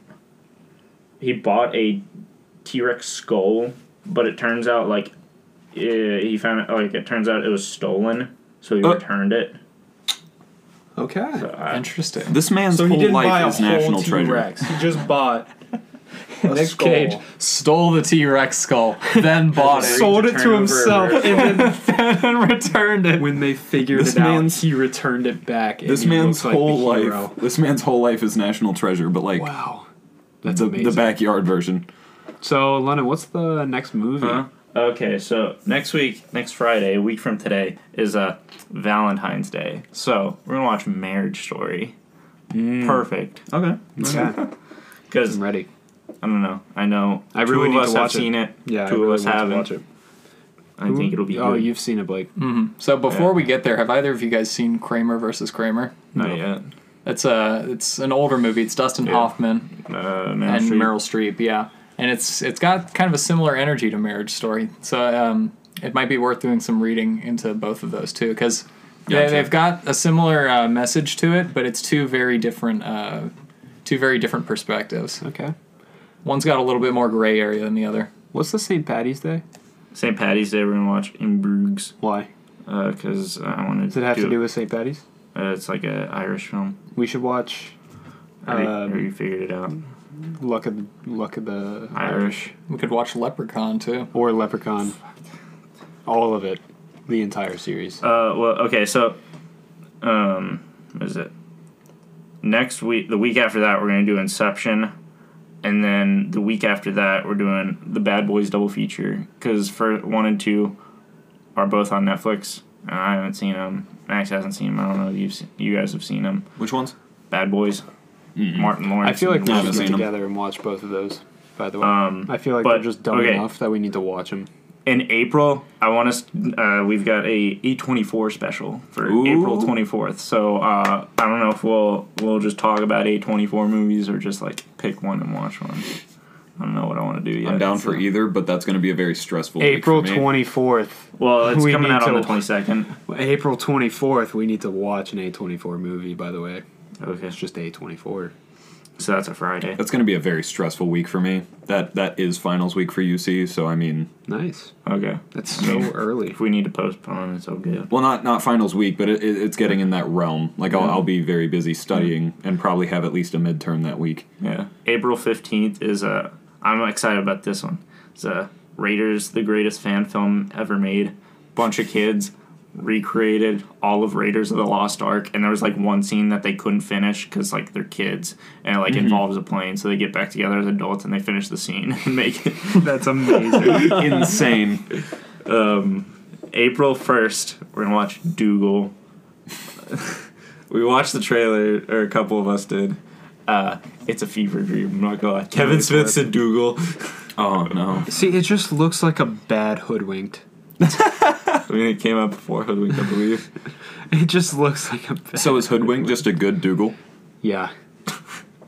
Speaker 3: He bought a T Rex skull, but it turns out like uh, he found it like it turns out it was stolen, so he
Speaker 5: Uh.
Speaker 3: returned it.
Speaker 2: okay.
Speaker 3: Uh,
Speaker 6: Interesting.
Speaker 5: This man's
Speaker 2: So he
Speaker 5: whole
Speaker 2: didn't buy
Speaker 5: life
Speaker 2: a
Speaker 5: is national
Speaker 2: whole T
Speaker 5: treasure.
Speaker 2: Rex. He just bought a
Speaker 6: Nick
Speaker 2: skull.
Speaker 6: Cage stole the T Rex skull, then bought it,
Speaker 2: sold it to
Speaker 3: Turnover.
Speaker 2: himself, and then
Speaker 6: and returned it.
Speaker 2: when they figured
Speaker 5: This
Speaker 2: it out,
Speaker 5: man's-
Speaker 2: he returned it back. And
Speaker 5: This
Speaker 2: he
Speaker 5: man's
Speaker 2: looked
Speaker 5: whole
Speaker 2: like the hero.
Speaker 5: life. This man's whole life is national treasure, but like
Speaker 2: Wow.
Speaker 5: the, the
Speaker 2: amazing.
Speaker 5: backyard version.
Speaker 2: So, Lennon, what's the next movie?
Speaker 3: uh, Okay, so next week, next Friday, a week from today, is uh, Valentine's Day. So we're gonna watch Marriage Story.
Speaker 2: Mm.
Speaker 3: Perfect,
Speaker 7: Okay.
Speaker 2: Yeah,
Speaker 3: because
Speaker 2: I'm
Speaker 3: I
Speaker 2: ready.
Speaker 3: don't know. I know.
Speaker 2: I really
Speaker 3: two
Speaker 2: need
Speaker 3: of us
Speaker 2: to
Speaker 3: have
Speaker 2: watch it.
Speaker 3: seen it.
Speaker 2: Yeah, I
Speaker 3: two
Speaker 2: really
Speaker 3: of us
Speaker 2: want to
Speaker 3: haven't.
Speaker 2: watch it.
Speaker 3: I think it'll be.
Speaker 2: Oh,
Speaker 3: good.
Speaker 2: you've seen it, Blake.
Speaker 6: So before we get there, have either of you guys seen Kramer versus Kramer?
Speaker 3: not yet.
Speaker 6: It's a it's an older movie. It's Dustin Hoffman
Speaker 3: Uh, Meryl
Speaker 6: and
Speaker 3: Streep.
Speaker 6: Meryl Streep. Yeah, and it's it's got kind of a similar energy to Marriage Story. So um, it might be worth doing some reading into both of those too, because
Speaker 7: Gotcha.
Speaker 6: they, they've got a similar uh, message to it, but it's two very different uh, two very different perspectives.
Speaker 2: Okay.
Speaker 6: One's got a little bit more gray area than the other.
Speaker 2: What's the St. Patty's Day?
Speaker 3: St. Patty's Day. We're gonna watch In Bruges
Speaker 2: Why?
Speaker 3: because I wanted.
Speaker 2: Does it have to do with St. Patty's?
Speaker 3: Uh, it's like a Irish film.
Speaker 2: We should watch
Speaker 3: I already- I
Speaker 2: Um,
Speaker 3: already figured it out.
Speaker 2: Luck of the Luck of the
Speaker 3: Irish.
Speaker 6: We could watch Leprechaun too.
Speaker 2: or Leprechaun. All of it, the entire series.
Speaker 3: Uh, well, okay, so, um, what is it? Next week, the week after that, we're gonna do Inception, and then the week after that, we're doing the Bad Boys double feature because for one and two are both on Netflix. and I haven't seen them. Max hasn't seen them. I don't know if you've se- you guys have seen them.
Speaker 5: Which ones?
Speaker 3: Bad Boys, Martin Lawrence.
Speaker 2: I feel like
Speaker 3: and-
Speaker 2: we
Speaker 5: haven't
Speaker 2: should get
Speaker 5: seen 'em.
Speaker 2: together and watch both of those. By the way,
Speaker 3: Um,
Speaker 2: I feel like
Speaker 3: but-
Speaker 2: they're just dumb
Speaker 3: okay.
Speaker 2: enough that we need to watch them.
Speaker 3: in April, I want us. Uh, we've got a E twenty four special for
Speaker 5: Ooh.
Speaker 3: April twenty fourth. So uh, I don't know if we'll we'll just talk about A twenty four movies or just like pick one and watch one. I don't know what I want to do yet.
Speaker 5: I'm down
Speaker 3: So-
Speaker 5: for either, but that's going to be a very stressful week
Speaker 2: April
Speaker 5: for me.
Speaker 2: twenty fourth.
Speaker 3: Well, it's
Speaker 2: We
Speaker 3: coming
Speaker 2: need
Speaker 3: out on
Speaker 2: to-
Speaker 3: the twenty second.
Speaker 2: April twenty fourth. We need to watch an A twenty four movie. By the way,
Speaker 3: Okay,
Speaker 2: it's just A twenty four.
Speaker 3: so that's a Friday.
Speaker 5: That's going to be a very stressful week for me. That that is finals week for UC, so I mean,
Speaker 2: Nice.
Speaker 3: Okay,
Speaker 2: That's so early.
Speaker 3: if we need to postpone, it's okay.
Speaker 5: well, not not finals week, but it, it, it's getting in that realm. Like I'll, I'll be very busy studying and probably have at least a midterm that week.
Speaker 3: Yeah, April fifteenth is Uh, I'm excited about this one. It's uh, Raiders, the greatest fan film ever made. Bunch of kids recreated all of Raiders of the Lost Ark, and there was like one scene that they couldn't finish because like they're kids, and it, like
Speaker 2: Mm-hmm.
Speaker 3: involves a plane. So they get back together as adults and they finish the scene and make it.
Speaker 2: That's amazing.
Speaker 5: Insane.
Speaker 3: April first, we're gonna watch Dougal.
Speaker 7: We watched the trailer, or a couple of us did.
Speaker 3: Uh, it's a fever dream. I'm not gonna lie.
Speaker 7: Kevin Smith's and Dougal.
Speaker 5: Oh no.
Speaker 2: See, it just looks like a bad hoodwinked.
Speaker 7: I mean, it came out before Hoodwink, I believe.
Speaker 2: It just looks like a bad.
Speaker 5: So is Hoodwink just a good Dougal?
Speaker 2: Yeah.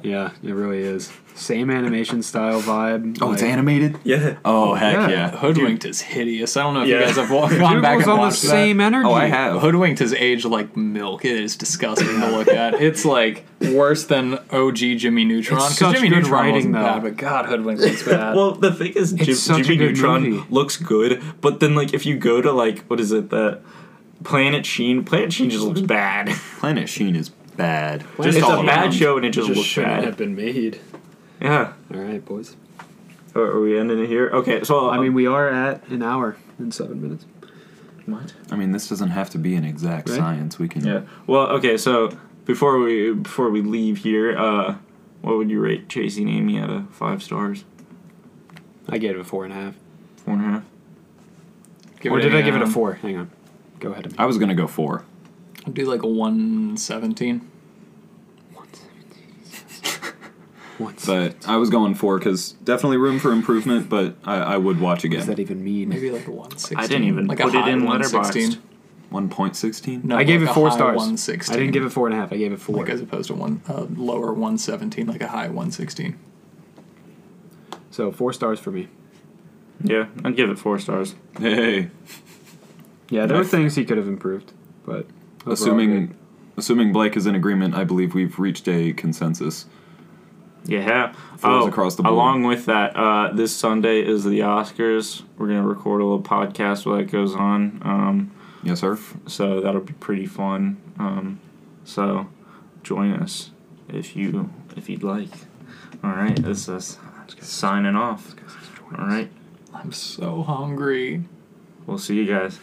Speaker 2: Yeah, it really is. Same animation style vibe.
Speaker 5: Oh, it's animated.
Speaker 7: Yeah.
Speaker 5: Oh heck yeah.
Speaker 2: Yeah.
Speaker 6: Hoodwinked is hideous. I don't know if
Speaker 3: Yeah.
Speaker 6: you guys have wa- gone
Speaker 2: Dude
Speaker 6: back
Speaker 2: was
Speaker 6: and
Speaker 2: on the
Speaker 6: watched that.
Speaker 2: same energy.
Speaker 5: Oh, I have.
Speaker 6: Hoodwinked has aged like milk. It is disgusting to look at. It's like worse than OG Jimmy Neutron.
Speaker 2: It's
Speaker 6: 'cause
Speaker 2: such
Speaker 6: Jimmy
Speaker 2: good
Speaker 6: Neutron
Speaker 2: writing,
Speaker 6: wasn't
Speaker 2: though.
Speaker 6: bad, but God, Hoodwinked looks bad.
Speaker 7: Well, the thing is, Jim,
Speaker 2: such a
Speaker 7: Jimmy
Speaker 2: good
Speaker 7: Neutron
Speaker 2: movie.
Speaker 7: looks good, but then like if you go to like what is it that Planet Sheen? Planet Sheen just looks bad.
Speaker 5: Planet Sheen is bad.
Speaker 2: It's
Speaker 7: Just
Speaker 5: all
Speaker 7: it's a bad
Speaker 5: around.
Speaker 7: show, and it just,
Speaker 2: Just
Speaker 7: looks
Speaker 2: shouldn't
Speaker 7: bad.
Speaker 2: have been made.
Speaker 7: Yeah.
Speaker 2: All right, boys.
Speaker 7: Are, are we ending it here? Okay. So
Speaker 2: I mean, we are at an hour and seven minutes.
Speaker 7: what?
Speaker 5: I mean, this doesn't have to be an exact
Speaker 2: Right?
Speaker 5: science. We can.
Speaker 7: Yeah. Well, okay. So before we before we leave here, uh, what would you rate Chasing Amy out of five stars?
Speaker 2: I gave it a four and a half.
Speaker 7: Four and a half.
Speaker 6: Give
Speaker 2: or
Speaker 6: it
Speaker 2: did
Speaker 6: a,
Speaker 2: I give it a
Speaker 6: um,
Speaker 2: four? Hang on. Go ahead.
Speaker 5: I was gonna go four.
Speaker 6: Do like a one seventeen.
Speaker 2: What's
Speaker 5: But I was going four because definitely room for improvement, but I, I would watch
Speaker 2: does
Speaker 5: again.
Speaker 2: that even mean?
Speaker 6: Maybe like a one sixteen.
Speaker 3: I didn't even
Speaker 6: like
Speaker 3: put
Speaker 6: a
Speaker 3: it
Speaker 6: high
Speaker 3: in
Speaker 6: 116.
Speaker 3: Letterboxd.
Speaker 5: 1.16?
Speaker 6: No,
Speaker 2: I gave it four stars.
Speaker 6: One
Speaker 2: I
Speaker 6: sixteen.
Speaker 2: didn't give it four and a half. I gave it four.
Speaker 6: like as opposed to one uh, lower one seventeen, like a high one sixteen.
Speaker 2: So four stars for me.
Speaker 3: Yeah, I'd give it four stars.
Speaker 5: Hey.
Speaker 2: Yeah, there were things he could have improved, but overall
Speaker 5: Assuming
Speaker 2: good.
Speaker 5: assuming Blake is in agreement, I believe we've reached a consensus.
Speaker 3: Yeah. Oh,
Speaker 5: Fours across the board.
Speaker 3: Along with that, uh, this Sunday is the Oscars. We're gonna record a little podcast while that goes on. Um,
Speaker 5: Yes, sir?
Speaker 3: so that'll be pretty fun. Um, so join us if you if you'd like. All right, this is signing off. All right,
Speaker 6: I'm so hungry.
Speaker 3: we'll see you guys.